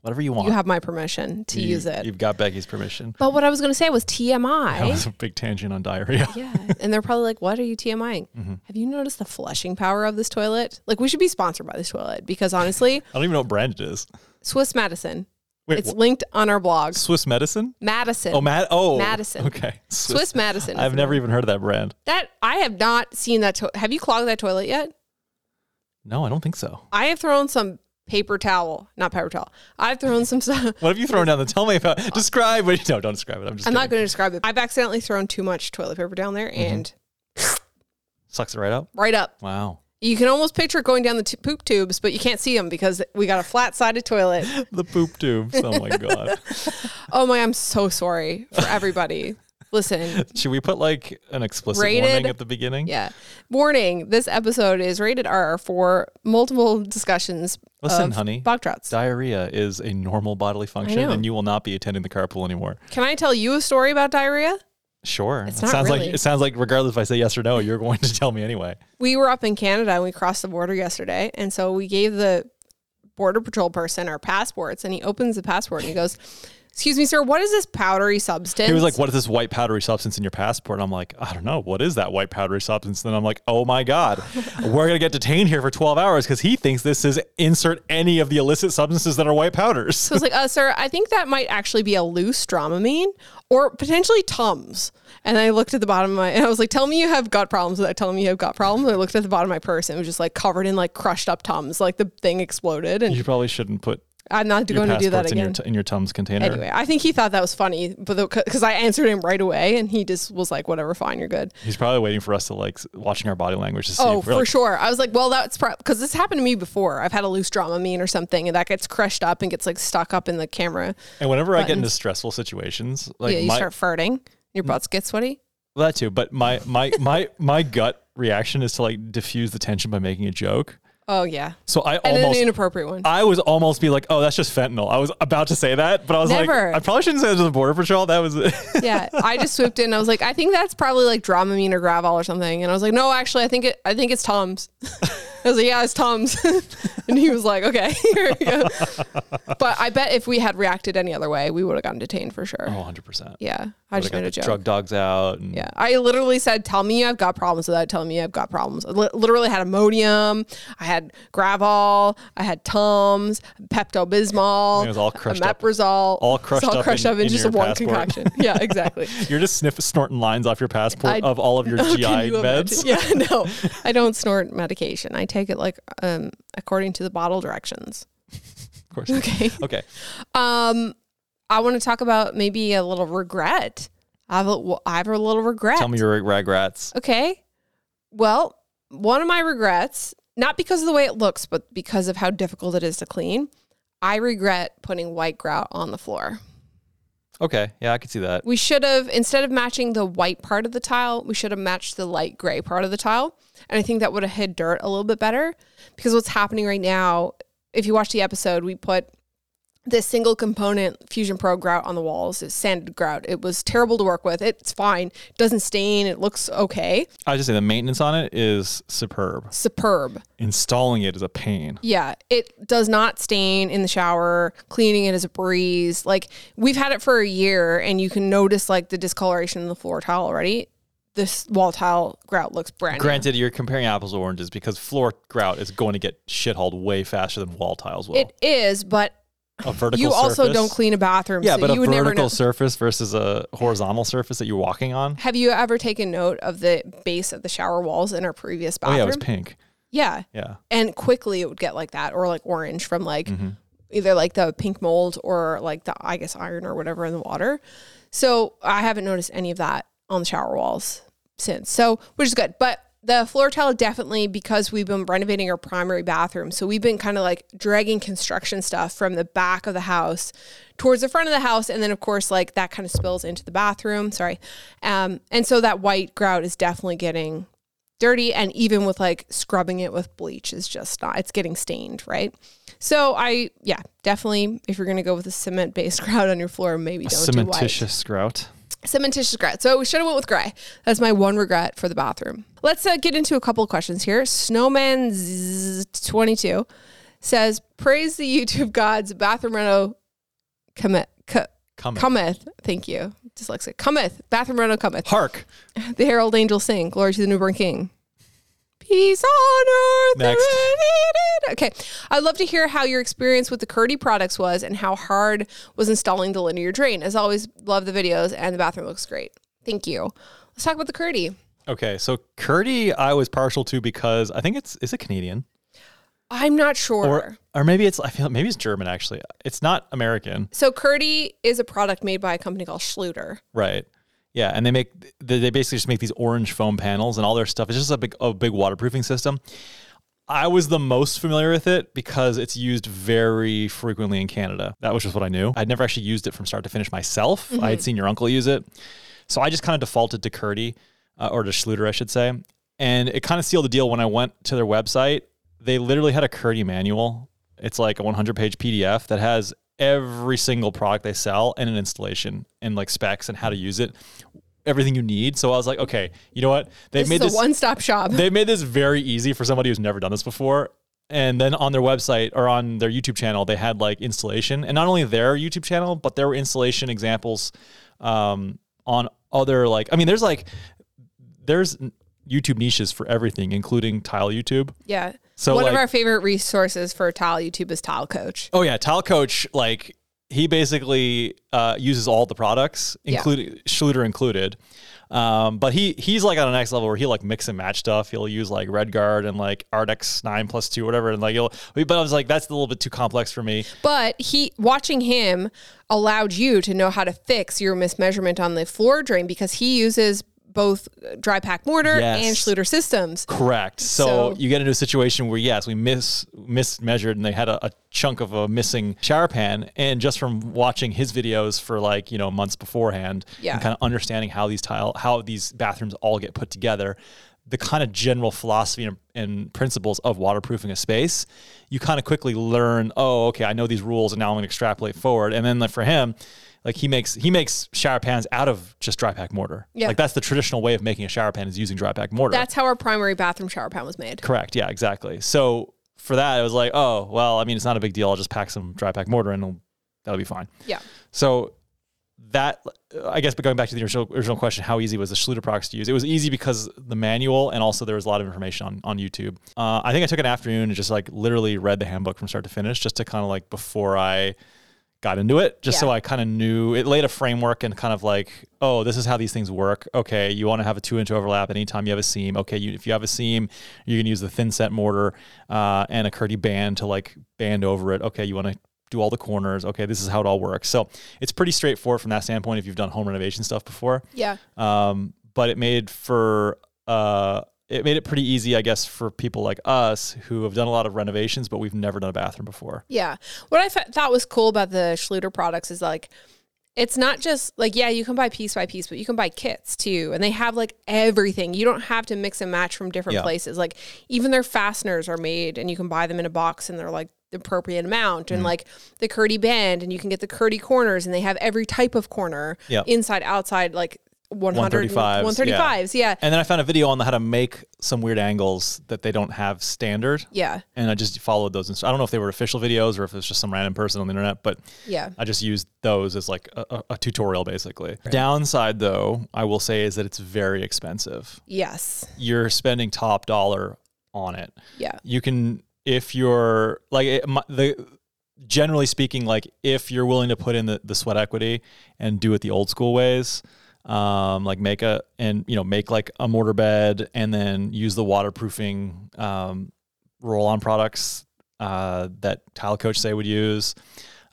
S2: Whatever you want.
S1: You have my permission to
S2: You-
S1: use it.
S2: You've got Becky's permission.
S1: But what I was going to say was
S2: That
S1: TMI.
S2: was a big tangent on diarrhea.
S1: [laughs] yeah. And they're probably like, what are you TMIing?
S2: Mm-hmm.
S1: Have you noticed the flushing power of this toilet? Like, we should be sponsored by this toilet because honestly,
S2: I don't even know what brand it is.
S1: Swiss Madison.
S2: Wait,
S1: it's
S2: wh-
S1: linked on our blog.
S2: Swiss medicine?
S1: Madison.
S2: Oh, Mad. Oh,
S1: Madison.
S2: Okay,
S1: Swiss, Madison.
S2: I've never even heard of that brand.
S1: that I have not seen that. To- have you clogged that toilet yet?
S2: No, I don't think so.
S1: I have thrown some paper towel, not paper towel. I've thrown some stuff. [laughs]
S2: What have you thrown down? there? Tell me about. Describe what. No, don't describe it. I'm just.
S1: I'm
S2: kidding. Mm-hmm.
S1: not going to describe it. I've accidentally thrown too much toilet paper down there and
S2: Sucks it right up.
S1: right up.
S2: Wow.
S1: You can almost picture it going down the t- poop tubes, but you can't see them because we got a flat sided toilet.
S2: The poop tubes.
S1: [laughs]
S2: Oh my god.
S1: Oh my, I'm so sorry
S2: [laughs]
S1: for everybody. Listen,
S2: Should we put like an explicit
S1: Rated-
S2: warning at the beginning?
S1: yeah. Warning this episode is rated R for multiple discussions.
S2: Listen,
S1: of
S2: honey.
S1: Bog trots.
S2: Diarrhea is a normal bodily function,
S1: know.
S2: and you will not be attending the carpool anymore.
S1: Can I tell you a story about diarrhea?
S2: Sure. It
S1: not
S2: sounds
S1: really.
S2: like it sounds like regardless if I say yes or no, you're going to tell me anyway.
S1: we were up in Canada and we crossed the border yesterday. And so we gave the border patrol person our passports and he opens the passport and he goes, Excuse me, sir, what is this powdery substance?
S2: He was like, "What is this white powdery substance in your passport?" And I'm like, "I don't know. What is that white powdery substance?" And then I'm like, "Oh my
S1: [laughs]
S2: god, we're gonna get detained here for 12 hours because he thinks this is insert any of the illicit substances that are white powders."
S1: So I was like, uh, sir, I think that might actually be a loose Dramamine or potentially Tums. And I looked at the bottom of my, and I was like, tell me you have gut problems without telling me you have gut problems. And I looked at the bottom of my purse and it was just like covered in like crushed up Tums. Like the thing exploded. And
S2: You probably shouldn't put
S1: I'm not
S2: your
S1: going to do that
S2: passports in
S1: again.
S2: your t- in your tums container.
S1: Anyway, I think he thought that was funny, but because I answered him right away, and he just was like, "Whatever, fine, you're good."
S2: He's probably waiting for us to like s- watching our body language to see.
S1: Oh,
S2: if
S1: for
S2: we're like,
S1: sure. I was like, "Well, that's because this happened to me before. I've had a loose Dramamine or something, and that gets crushed up and gets like stuck up in the camera.
S2: And whenever I get into stressful situations, like
S1: yeah, you
S2: my,
S1: start farting, your butts get sweaty.
S2: well, that too, but my my my my gut reaction is to like diffuse the tension by making a joke.
S1: Oh yeah.
S2: So I
S1: And
S2: almost Uh,
S1: an inappropriate one.
S2: I was almost be like, oh, that's just fentanyl. I was about to say that, but I was
S1: Never.
S2: like, I probably shouldn't say that to the border patrol. That was [laughs]
S1: yeah, I just swooped in. I was like, I think that's probably like Dramamine or Gravol or something. And I was like, no, actually, I think it. I think it's Tums. [laughs] I was like, yeah, it's Tums. [laughs] and he was like, okay, [laughs] here we go. But I bet if we had reacted any other way, we would have gotten detained for sure.
S2: 100. percent
S1: Yeah, I just
S2: Oh. got
S1: made
S2: the
S1: a joke.
S2: drug dogs out. And
S1: Yeah, I literally said, "Tell me I've got problems with that. Tell me I've got problems." I li- literally had Imodium, I had Gravol, I had Tums, Pepto Bismol,
S2: It was all crushed up.
S1: Omeprazole,
S2: All
S1: It was
S2: crushed
S1: all
S2: up
S1: crushed
S2: in-
S1: up in,
S2: in
S1: just
S2: your
S1: one
S2: passport.
S1: concoction. [laughs] Yeah,
S2: [laughs]
S1: exactly.
S2: You're just sniff snorting lines off your passport
S1: I-
S2: of all
S1: [laughs]
S2: of your GI
S1: Oh, Can you imagine? [laughs]
S2: meds.
S1: Yeah, no, I don't snort medication. I take it like um, according to the bottle directions.
S2: Of course.
S1: Okay.
S2: Okay.
S1: Um, I want to talk about maybe a little regret. I have a, I have a little regret.
S2: Tell me your regrets.
S1: Okay. Well, one of my regrets, not because of the way it looks, but because of how difficult it is to clean, I regret putting white grout on the floor.
S2: Okay. Yeah, I could see that.
S1: We should have, instead of matching the white part of the tile, we should have matched the light gray part of the tile. And I think that would have hid dirt a little bit better because what's happening right now, if you watch the episode, we put this single component Fusion Pro grout on the walls, it's sanded grout. It was terrible to work with. It's fine, doesn't stain, it looks okay.
S2: I just say the maintenance on it is superb.
S1: Superb.
S2: Installing it is a pain.
S1: Yeah, it does not stain in the shower. Cleaning it is a breeze. Like we've had it for a year, and you can notice like the discoloration in the floor tile already. This wall tile grout looks brand
S2: Granted, you're comparing apples to oranges because floor grout is going to get shitholed way faster than wall tiles will.
S1: new. It is, but
S2: a vertical
S1: you also
S2: surface-
S1: don't clean a bathroom.
S2: Yeah,
S1: so
S2: but
S1: you
S2: a
S1: would never know.
S2: vertical surface versus a horizontal surface that you're walking on.
S1: Have you ever taken note of the base of the shower walls in our previous
S2: Oh
S1: bathroom?
S2: yeah, it was pink.
S1: yeah,
S2: Yeah.
S1: and quickly it would get like that or like orange from like either like the pink mold or like the I guess iron or whatever in the water. So I haven't noticed any of that on the shower walls since. So which is good, but the floor tile definitely because we've been renovating our primary bathroom. So we've been kind of like dragging construction stuff from the back of the house towards the front of the house and then of course like that kind of spills into the bathroom, sorry. Um and so that white grout is definitely getting dirty and even with like scrubbing it with bleach is just not it's getting stained right so i yeah definitely if you're going to go with a cement based [laughs] grout on your floor maybe don't do white
S2: Cementitious grout.
S1: cementitious grout so we should have went with gray that's my one regret for the bathroom let's uh, get into a couple of questions here snowman 22 says praise the youtube gods bathroom reno commit co-
S2: Coming.
S1: cometh thank you dyslexic cometh bathroom reno cometh
S2: Hark.
S1: the herald angels sing, Glory to the newborn king. Peace on earth.
S2: Next.
S1: and- Okay. I'd love to hear how your experience with the Curdy products was and how hard was installing the linear drain. As always, love the videos and the bathroom looks great. Thank you. Let's talk about the Curdy.
S2: Okay, so Curdy, I was partial to because I think it's is it Canadian
S1: I'm not sure.
S2: or or maybe it's I feel maybe it's German actually. It's not American,
S1: so Curdy is a product made by a company called Schluter.
S2: right? Yeah, and they make they they basically just make these orange foam panels and all their stuff. It's just a big a big waterproofing system. I was the most familiar with it because it's used very frequently in Canada. That was just what I knew. I'd never actually used it from start to finish myself. I
S1: Mm-hmm.
S2: had seen your uncle use it. So I just kind of defaulted to Curdy uh, or to Schluter, I should say. And it kind of sealed the deal when I went to their website. They literally had a Curdy manual. It's like a 100 page PDF that has every single product they sell and an installation and like specs and how to use it, everything you need. So I was like, okay, you know what? They've
S1: This
S2: made
S1: is
S2: this
S1: a one stop shop.
S2: [laughs] they made this very easy for somebody who's never done this before. And then on their website or on their YouTube channel, they had like installation, and not only their YouTube channel, but there were installation examples um, on other like. I mean, there's like there's YouTube niches for everything, including tile YouTube.
S1: yeah.
S2: So,
S1: one of
S2: like-
S1: our favorite resources for tile YouTube is Tile Coach.
S2: Oh yeah, Tile Coach like he basically uh, uses all the products,
S1: Yeah.
S2: including Schluter included. Um, but he he's like on a next level where he like mix and match stuff. He'll use like Redguard and like Ardex nine plus two, whatever, and like he'll. But I was like, that's a little bit too complex for me.
S1: But he watching him allowed you to know how to fix your mismeasurement on the floor drain because he uses both dry pack mortar
S2: Yes.
S1: and Schluter systems.
S2: Correct. So,
S1: So-
S2: you get into a situation where yes, we miss mismeasured, and they had a, a chunk of a missing shower pan, and just from watching his videos for like you know months beforehand,
S1: Yeah.
S2: and kind of understanding how these tile, how these bathrooms all get put together, the kind of general philosophy and, and principles of waterproofing a space, you kind of quickly learn, oh, okay, I know these rules and now I'm gonna extrapolate forward. And then like for him, like he makes he makes shower pans out of just dry pack mortar.
S1: Yeah.
S2: Like that's the traditional way of making a shower pan is using dry pack mortar.
S1: That's how our primary bathroom shower pan was made.
S2: Correct. Yeah, exactly. So for that, it was like, oh, well, I mean, it's not a big deal. I'll just pack some dry pack mortar and it'll- that'll be fine.
S1: Yeah.
S2: So that, I guess, but going back to the original, original question, how easy was the Schluter products to use? It was easy because the manual and also there was a lot of information on, on YouTube. Uh, I think I took an afternoon and just like literally read the handbook from start to finish just to kind of like before I got into it, just so
S1: Yeah.
S2: I kind of knew it laid a framework and kind of like, oh, this is how these things work. Okay, you want to have a two inch overlap anytime you have a seam. Okay, you, if you have a seam, you can use the thin set mortar uh, and a curdy band to like band over it. Okay, you want to do all the corners. Okay, this is how it all works. So it's pretty straightforward from that standpoint if you've done home renovation stuff before
S1: Yeah.
S2: um, but it made for uh, it made it pretty easy, I guess, for people like us who have done a lot of renovations, but we've never done a bathroom before.
S1: Yeah. What I fe- thought was cool about the Schluter products is like, it's not just like, yeah, you can buy piece by piece, but you can buy kits too. And they have like everything. You don't have to mix and match from different
S2: Yeah.
S1: places. Like, even their fasteners are made and you can buy them in a box and they're like, the appropriate amount
S2: Mm-hmm.
S1: and like the curdy band and you can get the curdy corners and they have every type of corner
S2: Yeah.
S1: inside outside like 100
S2: 135s, yeah.
S1: 135s yeah
S2: And then I found a video on how to make some weird angles that they don't have standard,
S1: yeah
S2: and I just followed those. And I don't know if they were official videos or if it's just some random person on the internet, but
S1: yeah
S2: I just used those as like a, a, a tutorial, basically. Downside, though, I will say is that it's very expensive.
S1: yes
S2: You're spending top dollar on it.
S1: yeah
S2: you can if you're like it, my, the generally speaking like if you're willing to put in the, the sweat equity and do it the old school ways um like make a and you know make like a mortar bed and then use the waterproofing um roll on products uh that tile coach say would use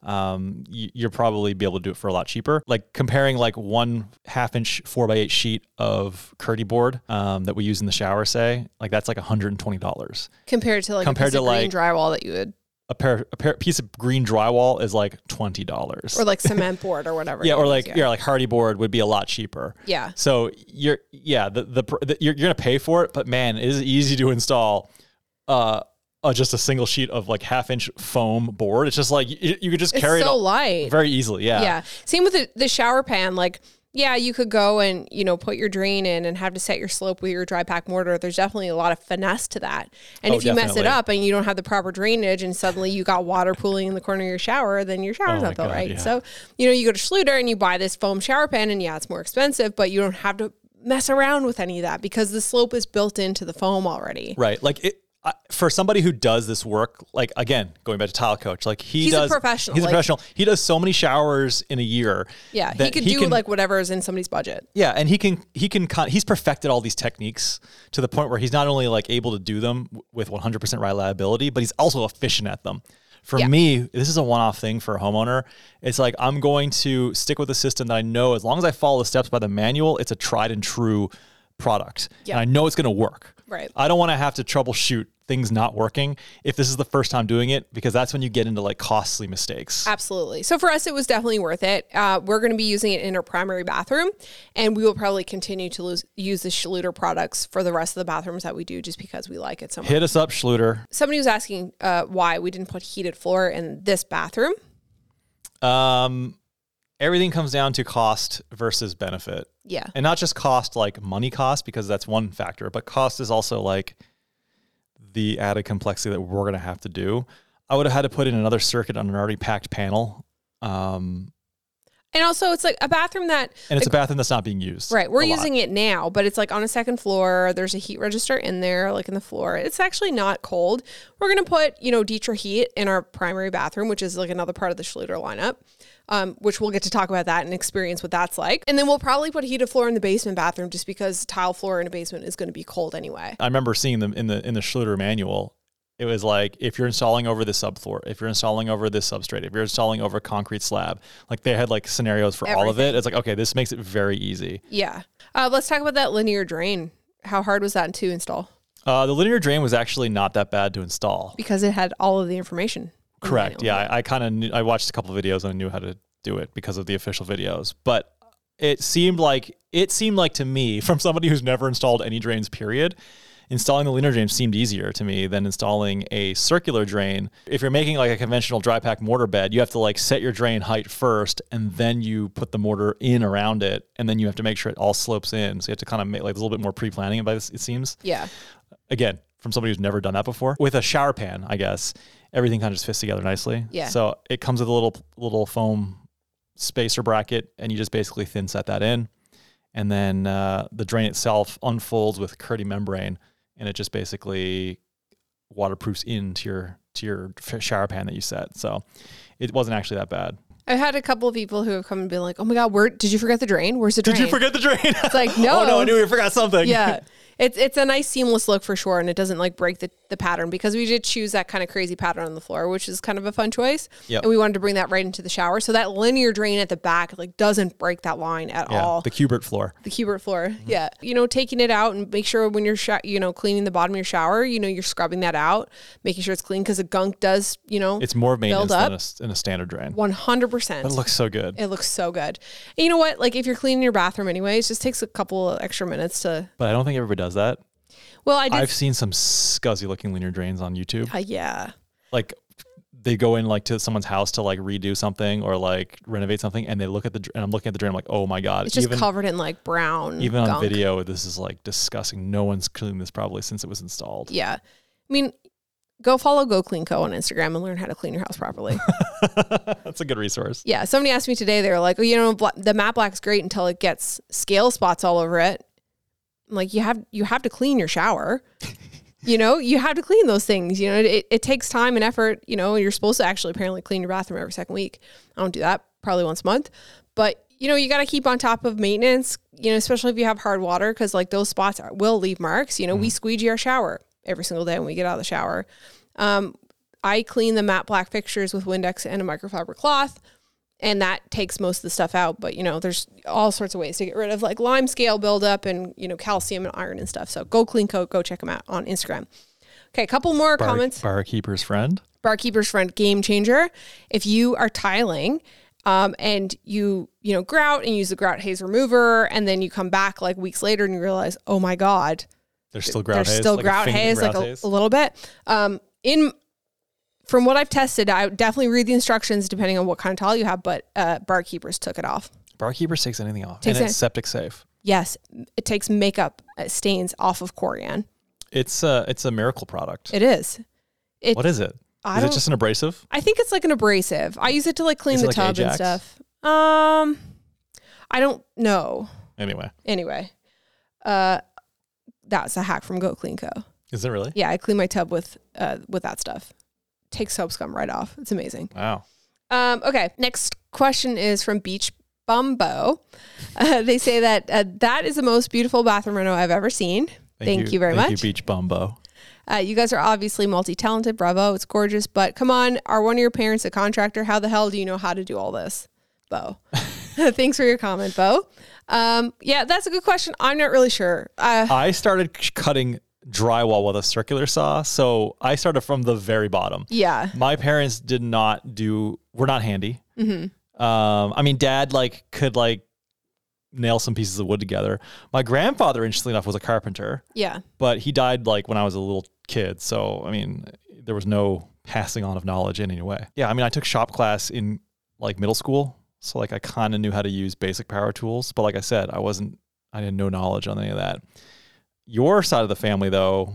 S2: um you, you'll probably be able to do it for a lot cheaper like comparing like one half inch four by eight sheet of curdy board um that we use in the shower say like that's like 120 dollars
S1: compared to like compared
S2: Compared to,
S1: to green
S2: like-
S1: drywall that you would
S2: a pair a pair, piece of green drywall is like twenty dollars.
S1: or like
S2: [laughs]
S1: cement board or whatever
S2: yeah,
S1: it
S2: or
S1: is,
S2: like yeah. like hardy board would be a lot cheaper.
S1: Yeah.
S2: So you're yeah the the, pr the you're, you're gonna pay for it, but man, it is easy to install. Uh, uh just a single sheet of like half inch foam board. It's just like you, you could just
S1: It's
S2: carry it
S1: so
S2: all-
S1: light.
S2: very easily. Yeah.
S1: yeah. Same with the, the shower pan. Like, yeah, you could go and, you know, put your drain in and have to set your slope with your dry pack mortar. There's definitely a lot of finesse to that. And
S2: Oh,
S1: if you mess it
S2: definitely.
S1: up and you don't have the proper drainage and suddenly you got water pooling in the corner of your shower, then your shower's
S2: Oh my
S1: not built
S2: God,
S1: right.
S2: yeah.
S1: So, you know, you go to Schluter and you buy this foam shower pan and yeah, it's more expensive, but you don't have to mess around with any of that because the slope is built into the foam already.
S2: Right. Like it. I, for somebody who does this work, like again, going back to tile coach, like he
S1: He's a
S2: does,
S1: professional,
S2: He's a
S1: like-
S2: professional. He does so many showers in a year.
S1: Yeah. He
S2: that
S1: could do
S2: can-
S1: like whatever is in somebody's budget.
S2: Yeah, and he can he can con- he's perfected all these techniques to the point where he's not only like able to do them w- with 100% reliability, but he's also efficient at them. For
S1: Yeah.
S2: me, this is a one-off thing for a homeowner. It's like I'm going to stick with a system that I know as long as I follow the steps by the manual, it's a tried and true product.
S1: Yeah.
S2: And I know it's going to work.
S1: Right.
S2: I don't want to have to troubleshoot things not working if this is the first time doing it because that's when you get into like costly mistakes.
S1: Absolutely. So for us, it was definitely worth it. Uh, we're going to be using it in our primary bathroom, and we will probably continue to lose, use the Schluter products for the rest of the bathrooms that we do, just because we like it so much.
S2: Hit us up, Schluter.
S1: Somebody was asking uh, why we didn't put heated floor in this bathroom.
S2: Um, everything comes down to cost versus benefit,
S1: Yeah,
S2: and not just cost like money cost because that's one factor, but cost is also like the added complexity that we're gonna have to do. I would have had to put in another circuit on an already packed panel, um,
S1: and also it's like a bathroom that
S2: and it's a bathroom that's not being used.
S1: right we're
S2: a lot.
S1: using it now, but it's like on a second floor. There's a heat register in there, like in the floor. It's actually not cold. We're going to put you know Dietra heat in our primary bathroom, which is like another part of the Schluter lineup. um, which we'll get to talk about that and experience what that's like. And then we'll probably put a heated floor in the basement bathroom just because tile floor in a basement is going to be cold anyway.
S2: I remember seeing them in the in the Schluter manual. It was like if you're installing over this subfloor, if you're installing over this substrate, if you're installing over a concrete slab, like they had like scenarios for all of it. It's like okay, this makes it very easy.
S1: Yeah. Uh, let's talk about that linear drain. How hard was that to install?
S2: Uh, the linear drain was actually not that bad to install.
S1: Because it had all of the information. in the
S2: Correct.
S1: manual.
S2: Yeah, I, I kind of I watched a couple of videos and I knew how to do it because of the official videos. But it seemed like it seemed like to me [laughs] from somebody who's never installed any drains period installing the linear drain seemed easier to me than installing a circular drain if you're making like a conventional dry pack mortar bed you have to like set your drain height first and then you put the mortar in around it and then you have to make sure it all slopes in so you have to kind of make like a little bit more pre-planning about this it seems
S1: Yeah.
S2: again from somebody who's never done that before with a shower pan i guess everything kind of just fits together nicely
S1: Yeah.
S2: so it comes with a little little foam spacer bracket and you just basically thin set that in and then uh, the drain itself unfolds with curdy membrane and it just basically waterproofs into your to your f- shower pan that you set so it wasn't actually that bad
S1: I've had a couple of people who have come and been like, "Oh my god, where did you forget the drain? Where's the drain?"
S2: did you forget the drain it's
S1: like, no.
S2: [laughs] oh no i knew we forgot something
S1: yeah. It's it's a nice seamless look for sure, and it doesn't like break the, the pattern because we did choose that kind of crazy pattern on the floor, which is kind of a fun choice.
S2: Yep.
S1: And we wanted to bring that right into the shower. So that linear drain at the back like doesn't break that line at
S2: yeah
S1: all.
S2: the Mm-hmm. cubert floor
S1: the cubert floor. Yeah. You know, taking it out and make sure when you're, sho- you know, cleaning the bottom of your shower, you know, you're scrubbing that out, making sure it's clean because the gunk does, you know,
S2: it's more maintenance
S1: up.
S2: than a, s- than a standard drain
S1: 100%.
S2: it looks so good
S1: it looks so good. And you know what? Like if you're cleaning your bathroom anyways, just takes a couple extra minutes to,
S2: But I don't think everybody does that.
S1: well, I did.
S2: I've seen some scuzzy looking linear drains on YouTube.
S1: uh, yeah.
S2: Like they go in like to someone's house to like redo something or like renovate something and they look at the dr- and I'm looking at the drain I'm like, "Oh my god."
S1: It's just
S2: even
S1: covered in like brown.
S2: even on
S1: gunk.
S2: video this is like disgusting. No one's cleaned this probably since it was installed.
S1: Yeah. I mean, go follow Go Clean Co on Instagram and learn how to clean your house properly.
S2: [laughs] That's a good resource.
S1: yeah. Somebody asked me today, they were like, oh, you know, bla- the matte black's great until it gets scale spots all over it. I'm like, you have, you have to clean your shower. you know, you have to clean those things. You know, it, it takes time and effort. You know, you're supposed to actually apparently clean your bathroom every second week. I don't do that, probably once a month. But, you know, you got to keep on top of maintenance, you know, especially if you have hard water, because like those spots are, will leave marks. You know, we squeegee our shower every single day when we get out of the shower. Um, I clean the matte black fixtures with Windex and a microfiber cloth, and that takes most of the stuff out. But you know, there's all sorts of ways to get rid of like lime scale buildup and you know calcium and iron and stuff. So go clean coat, go check them out on Instagram. Okay, a couple more
S2: Bar-
S1: comments.
S2: Barkeeper's friend.
S1: Barkeeper's friend, game changer. If you are tiling. Um, and you you know grout and use the grout haze remover and then you come back like weeks later and you realize oh my god
S2: There's still grout
S1: there's
S2: haze.
S1: still
S2: like a
S1: grout
S2: finger
S1: haze,
S2: grout
S1: like a,
S2: haze.
S1: a little bit. Um, in from what I've tested, I would definitely read the instructions depending on what kind of tile you have. But uh, barkeepers took it off.
S2: Barkeeper takes anything off.
S1: Takes
S2: and it's
S1: it-
S2: septic safe.
S1: Yes, it takes makeup uh, stains off of Corian.
S2: It's a it's a miracle product.
S1: It is. It,
S2: what is it?
S1: I
S2: Is it
S1: don't-
S2: just an abrasive?
S1: I think it's like an abrasive. I use it to like clean
S2: Is it
S1: the
S2: like
S1: tub and
S2: Ajax?
S1: stuff. Um, I don't know.
S2: Anyway,
S1: Anyway, uh, that's a hack from Go Clean Co.
S2: is it really?
S1: Yeah, I clean my tub with uh, with that stuff. Takes soap scum right off. It's amazing.
S2: Wow.
S1: Um, okay, next question is from Beach Bumbo. Uh, [laughs] they say that uh, that is the most beautiful bathroom reno I've ever seen. Thank, you. very
S2: Thank
S1: much.
S2: You Beach Bumbo.
S1: uh, you guys are obviously multi talented. Bravo, it's gorgeous. But come on, are one of your parents a contractor? How the hell do you know how to do all this, Bo? [laughs] Thanks for your comment, Bo. Um, yeah, that's a good question. I'm not really sure. Uh,
S2: I started c- cutting drywall with a circular saw, so I started from the very bottom.
S1: yeah,
S2: My parents did not do; were not handy.
S1: Mm-hmm.
S2: Um, I mean, dad like could like nail some pieces of wood together. My grandfather, interestingly enough, was a carpenter,
S1: yeah,
S2: but he died like when I was a little kid. So I mean, there was no passing on of knowledge in any way. Yeah, I mean, I took shop class in like middle school, so like I kind of knew how to use basic power tools. But like I said, I wasn't, I didn't know knowledge on any of that. Your side of the family, though,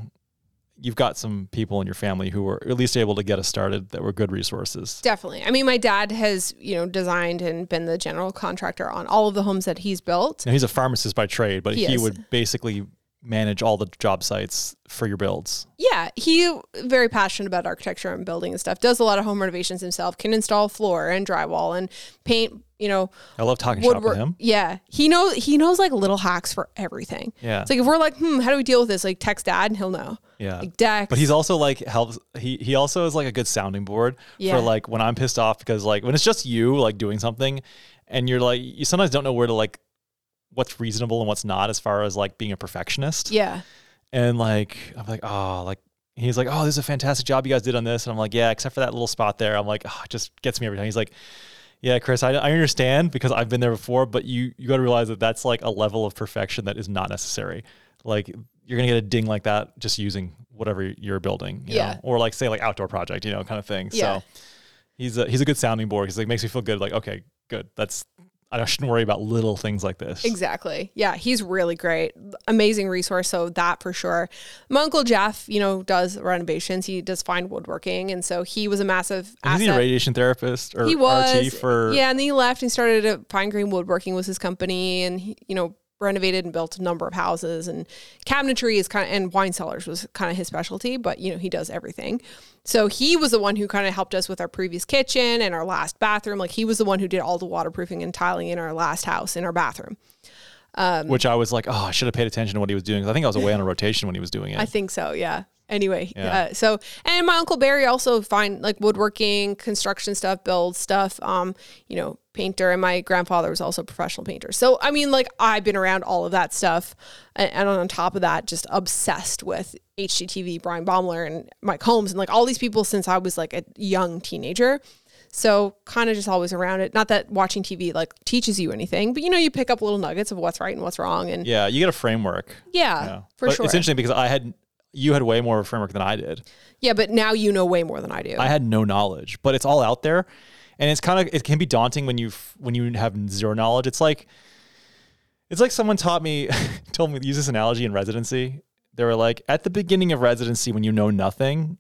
S2: you've got some people in your family who were at least able to get us started that were good resources.
S1: definitely. I mean, my dad has you know designed and been the general contractor on all of the homes that he's built.
S2: Now he's a pharmacist by trade, but
S1: He
S2: he,
S1: is.
S2: would basically manage all the job sites for your builds.
S1: Yeah, he very passionate about architecture and building and stuff. Does a lot of home renovations himself. Can install floor and drywall and paint. You know,
S2: I love talking shop with
S1: woodwork.
S2: him.
S1: Yeah, he knows he knows like little hacks for everything.
S2: Yeah.
S1: It's like if we're like, hmm, how do we deal with this? Like text dad and he'll know.
S2: Yeah.
S1: Like Dex.
S2: But he's also like helps. He he also is like a good sounding board
S1: Yeah.
S2: for like when I'm pissed off because like when it's just you like doing something, and you're like you sometimes don't know where to like what's reasonable and what's not as far as like being a perfectionist.
S1: yeah,
S2: And like I'm like oh like he's like oh "Ah, this is a fantastic job you guys did on this and I'm like yeah except for that little spot there I'm like oh, it just gets me every time. He's like Yeah, Chris, I, I understand because I've been there before, but you you got to realize that that's like a level of perfection that is not necessary. Like you're gonna get a ding like that just using whatever you're building, you
S1: Yeah.
S2: know, or like say like outdoor project, you know, kind of thing.
S1: Yeah.
S2: So he's a he's a good sounding board because like makes me feel good. Like okay, good. That's I shouldn't worry about little things like this.
S1: Exactly. Yeah, he's really great. Amazing resource. So that for sure. My uncle Jeff, you know, does renovations. He does fine woodworking, and so he was a massive
S2: Is
S1: asset.
S2: he a radiation therapist or
S1: He
S2: RT
S1: was
S2: for?
S1: yeah, and then he left and started at Pine Green Woodworking was his company, and he, you know renovated and built a number of houses and cabinetry is kind of and wine cellars was kind of his specialty but you know he does everything so he was the one who kind of helped us with our previous kitchen and our last bathroom like he was the one who did all the waterproofing and tiling in our last house in our bathroom
S2: Which I was like, oh, I should have paid attention to what he was doing. 'cause I think I was
S1: [laughs]
S2: away on a rotation when he was doing it.
S1: I think so. Yeah. Anyway,
S2: Yeah.
S1: Uh, so and my uncle Barry also find like woodworking, construction stuff, build stuff. Um, you know, painter, and my grandfather was also a professional painter. So I mean, like I've been around all of that stuff, and, and on top of that, just obsessed with HGTV, Brian Baumler, and Mike Holmes, and like all these people since I was like a young teenager. So kind of just always around it. Not that watching TV like teaches you anything, but you know, you pick up little nuggets of what's right and what's wrong, and yeah,
S2: yeah, you get a framework. Oh.
S1: for
S2: but
S1: sure.
S2: It's interesting because I had you had way more of a framework than I did.
S1: Yeah, but now you know way more than I do.
S2: I had no knowledge, but it's all out there, and it's kind of it can be daunting when you when you have zero knowledge. It's like it's like someone taught me [laughs] told me to use this analogy in residency. They were like at the beginning of residency when you know nothing,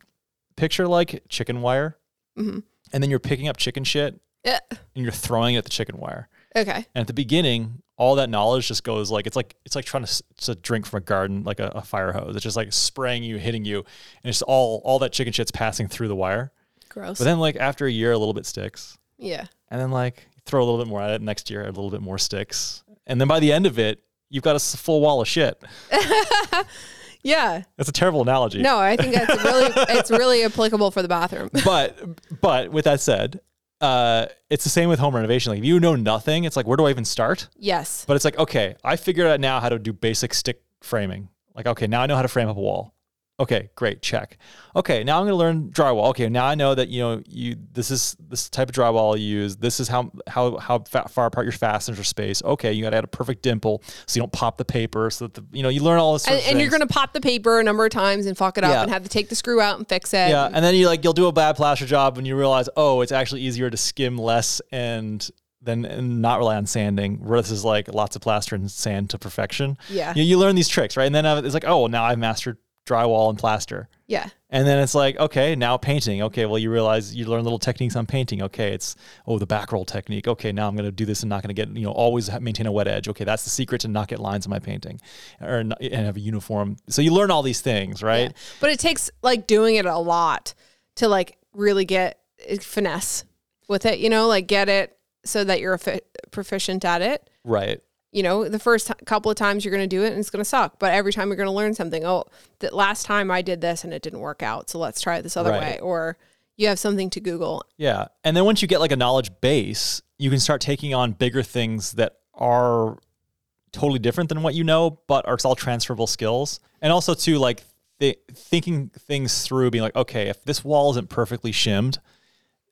S2: picture like chicken wire,
S1: Mm-hmm.
S2: and then you're picking up chicken shit
S1: Yeah.
S2: and you're throwing it at the chicken wire.
S1: Okay.
S2: And at the beginning, all that knowledge just goes like it's like it's like trying to, s- to drink from a garden like a, a fire hose. It's just like spraying you, hitting you, and it's all all that chicken shit's passing through the wire.
S1: Gross.
S2: But then like after a year, a little bit sticks,
S1: yeah.
S2: and then like throw a little bit more at it. Next year, a little bit more sticks, and then by the end of it, you've got a s- full wall of shit.
S1: Yeah.
S2: That's a terrible analogy.
S1: No, I think
S2: [laughs]
S1: that's really it's really applicable for the bathroom.
S2: but but with that said, uh, it's the same with home renovation. Like if you know nothing, it's like where do I even start?
S1: Yes.
S2: But it's like, okay, I figured out now how to do basic stick framing. Like, okay, now I know how to frame up a wall. Okay, great, check. Okay, now I'm going to learn drywall. Okay, now I know that you know you this is this type of drywall you use. This is how how how fa- far apart your fasteners are spaced. Okay, you got to add a perfect dimple so you don't pop the paper. So that the, you know you learn all this.
S1: And, and you're going to pop the paper a number of times and fuck it up
S2: Yeah.
S1: and have to take the screw out and fix it.
S2: yeah, and then you like you'll do a bad plaster job when you realize oh it's actually easier to skim less and then and not rely on sanding versus like lots of plaster and sand to perfection.
S1: Yeah.
S2: you, you learn these tricks right, and then uh, it's like oh well, now I've mastered drywall and plaster.
S1: Yeah.
S2: And then it's like, okay, now painting. Okay, well, you realize you learn little techniques on painting. Okay, it's oh the back roll technique. Okay, now I'm going to do this and not going to get you know always ha- maintain a wet edge. Okay, that's the secret to not get lines in my painting, or not, and have a uniform. So you learn all these things, right?
S1: But it takes like doing it a lot to like really get eh, finesse with it, you know, like get it so that you're fi- proficient at it.
S2: Right.
S1: you know, the first t- couple of times you're going to do it and it's going to suck, but every time you're going to learn something. Oh, that last time I did this and it didn't work out, so let's try it this other
S2: Right.
S1: way. Or you have something to Google.
S2: Yeah. And then once you get like a knowledge base, you can start taking on bigger things that are totally different than what you know, but are all transferable skills. And also too, like th- thinking things through, being like, okay, if this wall isn't perfectly shimmed,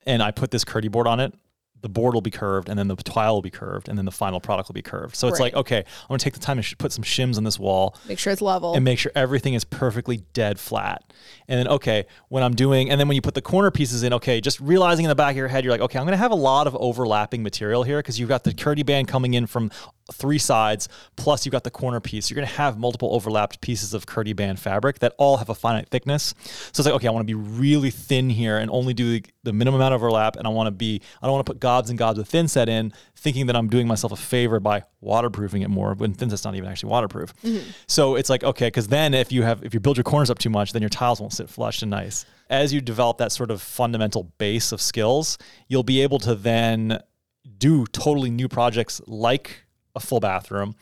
S2: and I put this curdy board on it, the board will be curved, and then the tile will be curved, and then the final product will be curved. So it's
S1: Right.
S2: like, okay, I'm gonna take the time to sh- put some shims on this wall,
S1: Make sure it's level.
S2: and make sure everything is perfectly dead flat. And then, okay, when I'm doing, and then when you put the corner pieces in, okay, just realizing in the back of your head, you're like, okay, I'm going to have a lot of overlapping material here because you've got the curdy band coming in from three sides, plus you've got the corner piece. You're going to have multiple overlapped pieces of curdy band fabric that all have a finite thickness. So it's like, okay, I want to be really thin here and only do the, the minimum amount of overlap. And I want to be, I don't want to put gobs and gobs of thin set in, thinking that I'm doing myself a favor by waterproofing it more when thin set's not even actually waterproof. So it's like, okay, because then if you have, if you build your corners up too much, then your tiles won't sit flush and nice. As you develop that sort of fundamental base of skills, you'll be able to then do totally new projects like a full bathroom.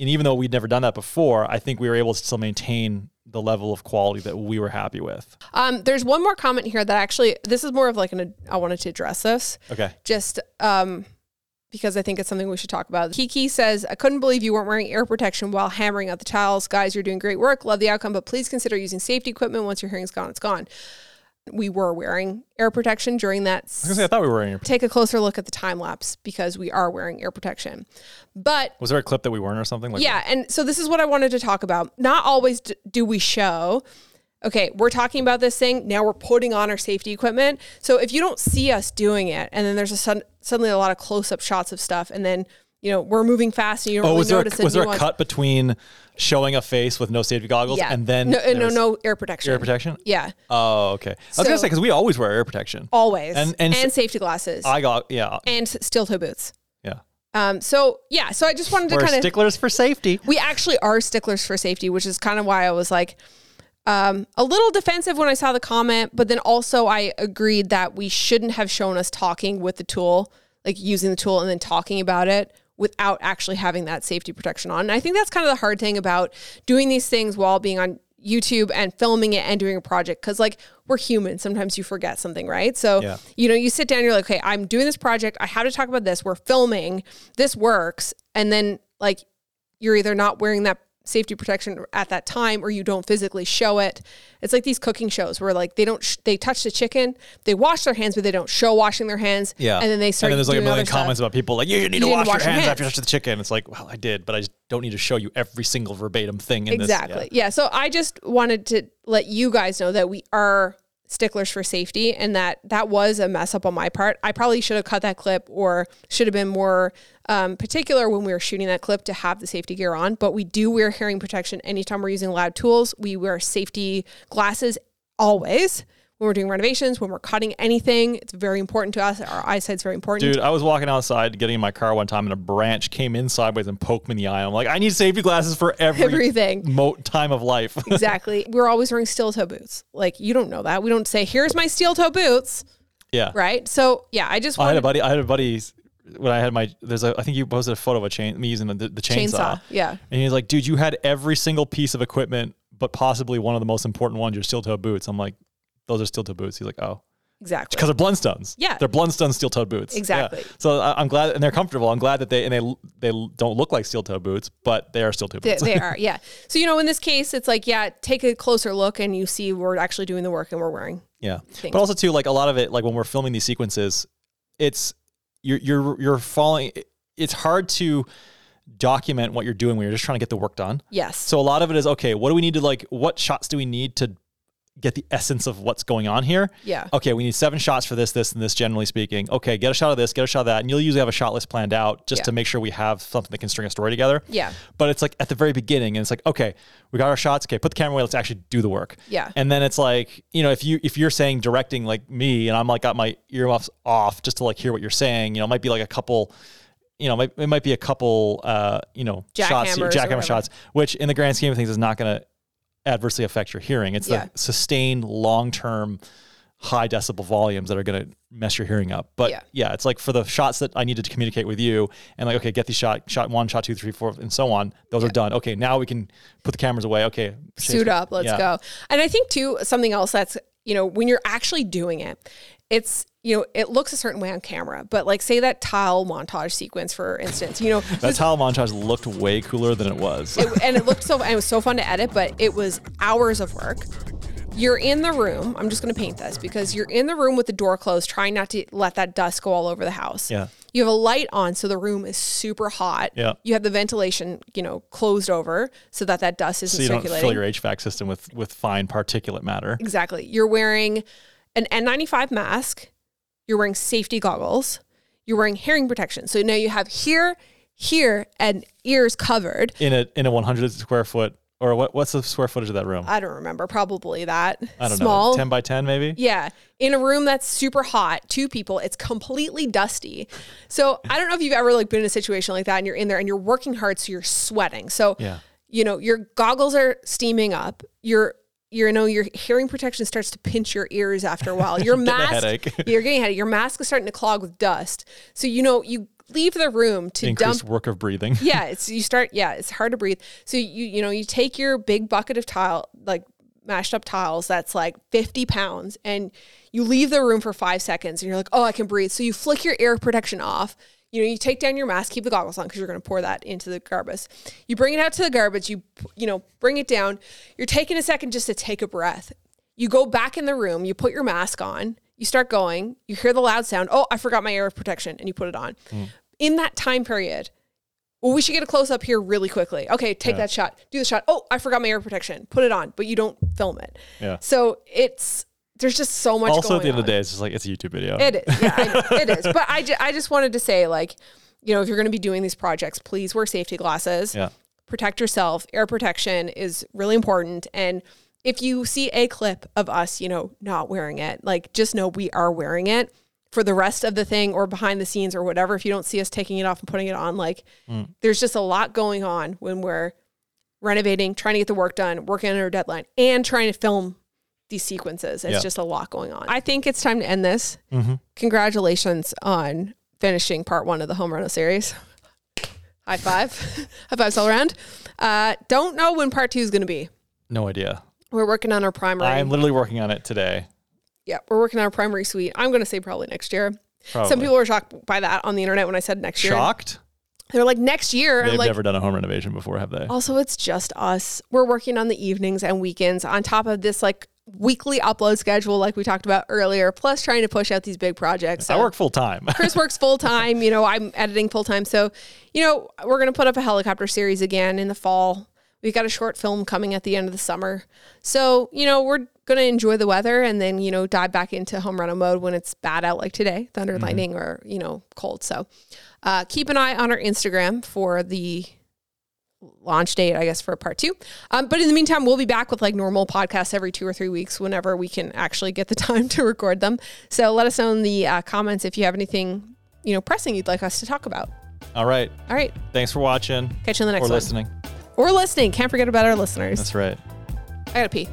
S2: And even though we'd never done that before, I think we were able to still maintain the level of quality that we were happy with.
S1: um, there's one more comment here that actually, this is more of like an, I wanted to address this.
S2: Okay.
S1: just um, because I think it's something we should talk about. Kiki says, I couldn't believe you weren't wearing air protection while hammering out the tiles. Guys, you're doing great work. Love the outcome, but please consider using safety equipment. Once your hearing's gone, it's gone. we were wearing air protection during that
S2: I was gonna say I thought we were wearing.
S1: take a closer look at the time lapse because we are wearing ear protection. But
S2: Was there a clip that we weren't or something? Like,
S1: yeah, and so this is what I wanted to talk about. Not always d- do we show, okay, we're talking about this thing, now we're putting on our safety equipment. So if you don't see us doing it, and then there's a sudden, suddenly a lot of close up shots of stuff, and then you know, we're moving fast and you don't
S2: Oh,
S1: really
S2: was there
S1: notice
S2: a, was there a
S1: nuance.
S2: cut between showing a face with no safety goggles
S1: Yeah.
S2: and then
S1: no, uh, no,
S2: there's
S1: no air protection.
S2: air protection?
S1: Yeah.
S2: Oh, okay. I was gonna
S1: So-
S2: say because we always wear air protection.
S1: Always.
S2: And-
S1: And,
S2: and-
S1: safety glasses.
S2: I got yeah
S1: and steel toe boots.
S2: yeah.
S1: Um, so yeah, so I just wanted to
S2: We're
S1: kind of
S2: sticklers for safety.
S1: we actually are sticklers for safety, which is kind of why I was like um, a little defensive when I saw the comment, but then also I agreed that we shouldn't have shown us talking with the tool, like using the tool and then talking about it without actually having that safety protection on. And I think that's kind of the hard thing about doing these things while being on YouTube and filming it and doing a project because like we're human. Sometimes you forget something, right? So
S2: Yeah.
S1: you know, you sit down, you're like, okay, I'm doing this project. I have to talk about this. We're filming. This works. And then like you're either not wearing that safety protection at that time or you don't physically show it. It's like these cooking shows where like they don't sh- they touch the chicken, they wash their hands, but they don't show washing their hands.
S2: Yeah.
S1: and then they start.
S2: And then there's like a
S1: doing
S2: million
S1: other stuff.
S2: comments about people like you need to
S1: didn't
S2: wash,
S1: wash
S2: your
S1: your
S2: hands,
S1: hands.
S2: after you touch the chicken. It's like, well, I did, but I just don't need to show you every single verbatim thing in
S1: Exactly.
S2: this.
S1: yeah. So I just wanted to let you guys know that we are sticklers for safety and that that was a mess up on my part. I probably should have cut that clip or should have been more um, particular when we were shooting that clip to have the safety gear on. But we do wear hearing protection anytime we're using loud tools. We wear safety glasses always when we're doing renovations, when we're cutting anything. It's very important to us. Our eyesight's very important.
S2: Dude, I was walking outside getting in my car one time and a branch came in sideways and poked me in the eye. I'm like, I need safety glasses for every
S1: Everything.
S2: mo- time
S1: [laughs]
S2: of life.
S1: Exactly. We're always wearing steel toe boots. Like you don't know that. We don't say, "Here's my steel toe boots."
S2: yeah.
S1: right? So yeah, I just
S2: Oh, I had
S1: wanted
S2: a buddy. I had a buddy when I had my. There's a. I think you posted a photo of a chain. Me using the, the chainsaw.
S1: Chainsaw, yeah.
S2: And he's like, dude, you had every single piece of equipment, but possibly one of the most important ones, your steel toe boots. I'm like, those are steel toe boots. He's like, oh,
S1: exactly.
S2: because they're Blundstones.
S1: Yeah.
S2: they're Blundstone steel toe boots. Yeah.
S1: Exactly.
S2: So I, I'm glad, and they're comfortable. I'm glad that they and they they don't look like steel toe boots, but they are steel toe
S1: They,
S2: boots. [laughs]
S1: they are, yeah. So you know, in this case, it's like, yeah, take a closer look, and you see we're actually doing the work, and we're wearing.
S2: Yeah. But also too, like a lot of it, like when we're filming these sequences, it's you're you're you're falling. It's hard to document what you're doing when you're just trying to get the work done.
S1: Yes.
S2: So a lot of it is okay. What do we need to like? What shots do we need to get the essence of what's going on here?
S1: Yeah.
S2: Okay, we need seven shots for this, this, and this. Generally speaking, okay, get a shot of this, get a shot of that, and you'll usually have a shot list planned out just
S1: Yeah.
S2: to make sure we have something that can string a story together.
S1: Yeah.
S2: But it's like at the very beginning, and it's like, okay, we got our shots. Okay, put the camera away. Let's actually do the work.
S1: Yeah.
S2: And then it's like, you know, if you if you're saying directing like me, and I'm like got my earmuffs off just to like hear what you're saying, you know, it might be like a couple, you know, might, it might be a couple, uh, you know, shots,
S1: Jackhammers or
S2: jackhammer
S1: whatever.
S2: shots, which in the grand scheme of things is not going to adversely affect your hearing. It's
S1: Yeah.
S2: the sustained long term high decibel volumes that are going to mess your hearing up. But yeah.
S1: Yeah.
S2: it's like for the shots that I needed to communicate with you and like, okay, get these shot, shot one, shot two, three, four, and so on. Those are done. Okay. Now we can put the cameras away. Okay.
S1: suit up, let's
S2: Yeah.
S1: go. And I think too, something else that's you know, when you're actually doing it, it's you know, it looks a certain way on camera, but like say that tile montage sequence, for instance,
S2: [laughs]
S1: you know,
S2: That towel montage looked way cooler than it was.
S1: it, and it looked so and it was so fun to edit but it was hours of work you're in the room i'm just going to paint this because you're in the room with the door closed trying not to let that dust go all over the house
S2: Yeah.
S1: you have a light on so the room is super hot
S2: Yeah.
S1: you have the ventilation you know closed over so that that dust isn't
S2: so you don't
S1: circulating
S2: fill your HVAC system with, with fine particulate matter.
S1: Exactly. You're wearing an N95 mask. You're wearing safety goggles. You're wearing hearing protection. So now you have here, here, and ears covered.
S2: In a, in a 100 square foot or what, what's the square footage of that room?
S1: I don't remember. Probably that
S2: I don't
S1: Uh, small.
S2: know. 10 by 10 maybe?
S1: Yeah, in a room that's super hot, two people, it's completely dusty. So I don't know if you've ever like been in a situation like that and you're in there and you're working hard, so you're sweating. So
S2: Yeah.
S1: you know your goggles are steaming up. Your you know your hearing protection starts to pinch your ears after a while.
S2: [laughs]
S1: Your mask,
S2: headache.
S1: [laughs] you're getting a headache. Your mask is starting to clog with dust. So you know you leave the room to dump
S2: Increased work of breathing.
S1: [laughs] yeah, it's you start yeah, it's hard to breathe. So you you know, you take your big bucket of tile like mashed up tiles that's like 50 pounds and you leave the room for 5 seconds and you're like, "Oh, I can breathe." So you flick your air protection off. You know, you take down your mask, keep the goggles on cuz you're going to pour that into the garbage. You bring it out to the garbage, you you know, bring it down. You're taking a second just to take a breath. You go back in the room, you put your mask on, you start going, you hear the loud sound. Oh, I forgot my air protection, and you put it on. In that time period, well, we should get a close up here really quickly. Okay, take that shot, do the shot. Oh, I forgot my air protection, put it on, but you don't film it.
S2: Yeah.
S1: So it's there's just so much.
S2: also, at the
S1: going
S2: end of
S1: on.
S2: the day, it's just like it's a YouTube video.
S1: It is. Yeah, I- it is. But I, ju- I just wanted to say, like, you know, if you're going to be doing these projects, please wear safety glasses.
S2: Yeah.
S1: Protect yourself. Air protection is really important. And if you see a clip of us, you know, not wearing it, like, just know we are wearing it for the rest of the thing or behind the scenes or whatever. If you don't see us taking it off and putting it on, like, there's just a lot going on when we're renovating, trying to get the work done, working on our deadline, and trying to film these sequences. It's
S2: Yeah.
S1: just a lot going on. I think it's time to end this. Congratulations on finishing part one of the Home Reno series. High five. [laughs] High fives all around. Uh, don't know when part two is going to be.
S2: No idea.
S1: We're working on our primary.
S2: I'm literally working on it today.
S1: yeah, we're working on our primary suite. I'm going to say probably next year. Some
S2: Probably.
S1: people were shocked by that on the internet when I said next year.
S2: Shocked?
S1: They're like, next year. I'm
S2: They've
S1: like, Oh,
S2: never done a home renovation before, have they?
S1: Also, it's just us. We're working on the evenings and weekends on top of this like weekly upload schedule, like we talked about earlier, plus trying to push out these big projects.
S2: I
S1: So
S2: work full time.
S1: Chris works full time. You know, I'm editing full time. So, you know, we're going to put up a helicopter series again in the fall. We've got a short film coming at the end of the summer. So, you know, we're going to enjoy the weather and then, you know, dive back into home reno mode when it's bad out like today, thunder, and lightning, or, you know, cold. So uh, keep an eye on our Instagram for the launch date, I guess, for part two. Um, but in the meantime, we'll be back with like normal podcasts every two or three weeks whenever we can actually get the [laughs] time to record them. So let us know in the uh, comments if you have anything, you know, pressing you'd like us to talk about.
S2: [laughs] All right.
S1: All right.
S2: Thanks for watching
S1: Catch you in the next
S2: or
S1: one.
S2: listening.
S1: Or listening. Can't forget about our listeners.
S2: That's right.
S1: I got to pee.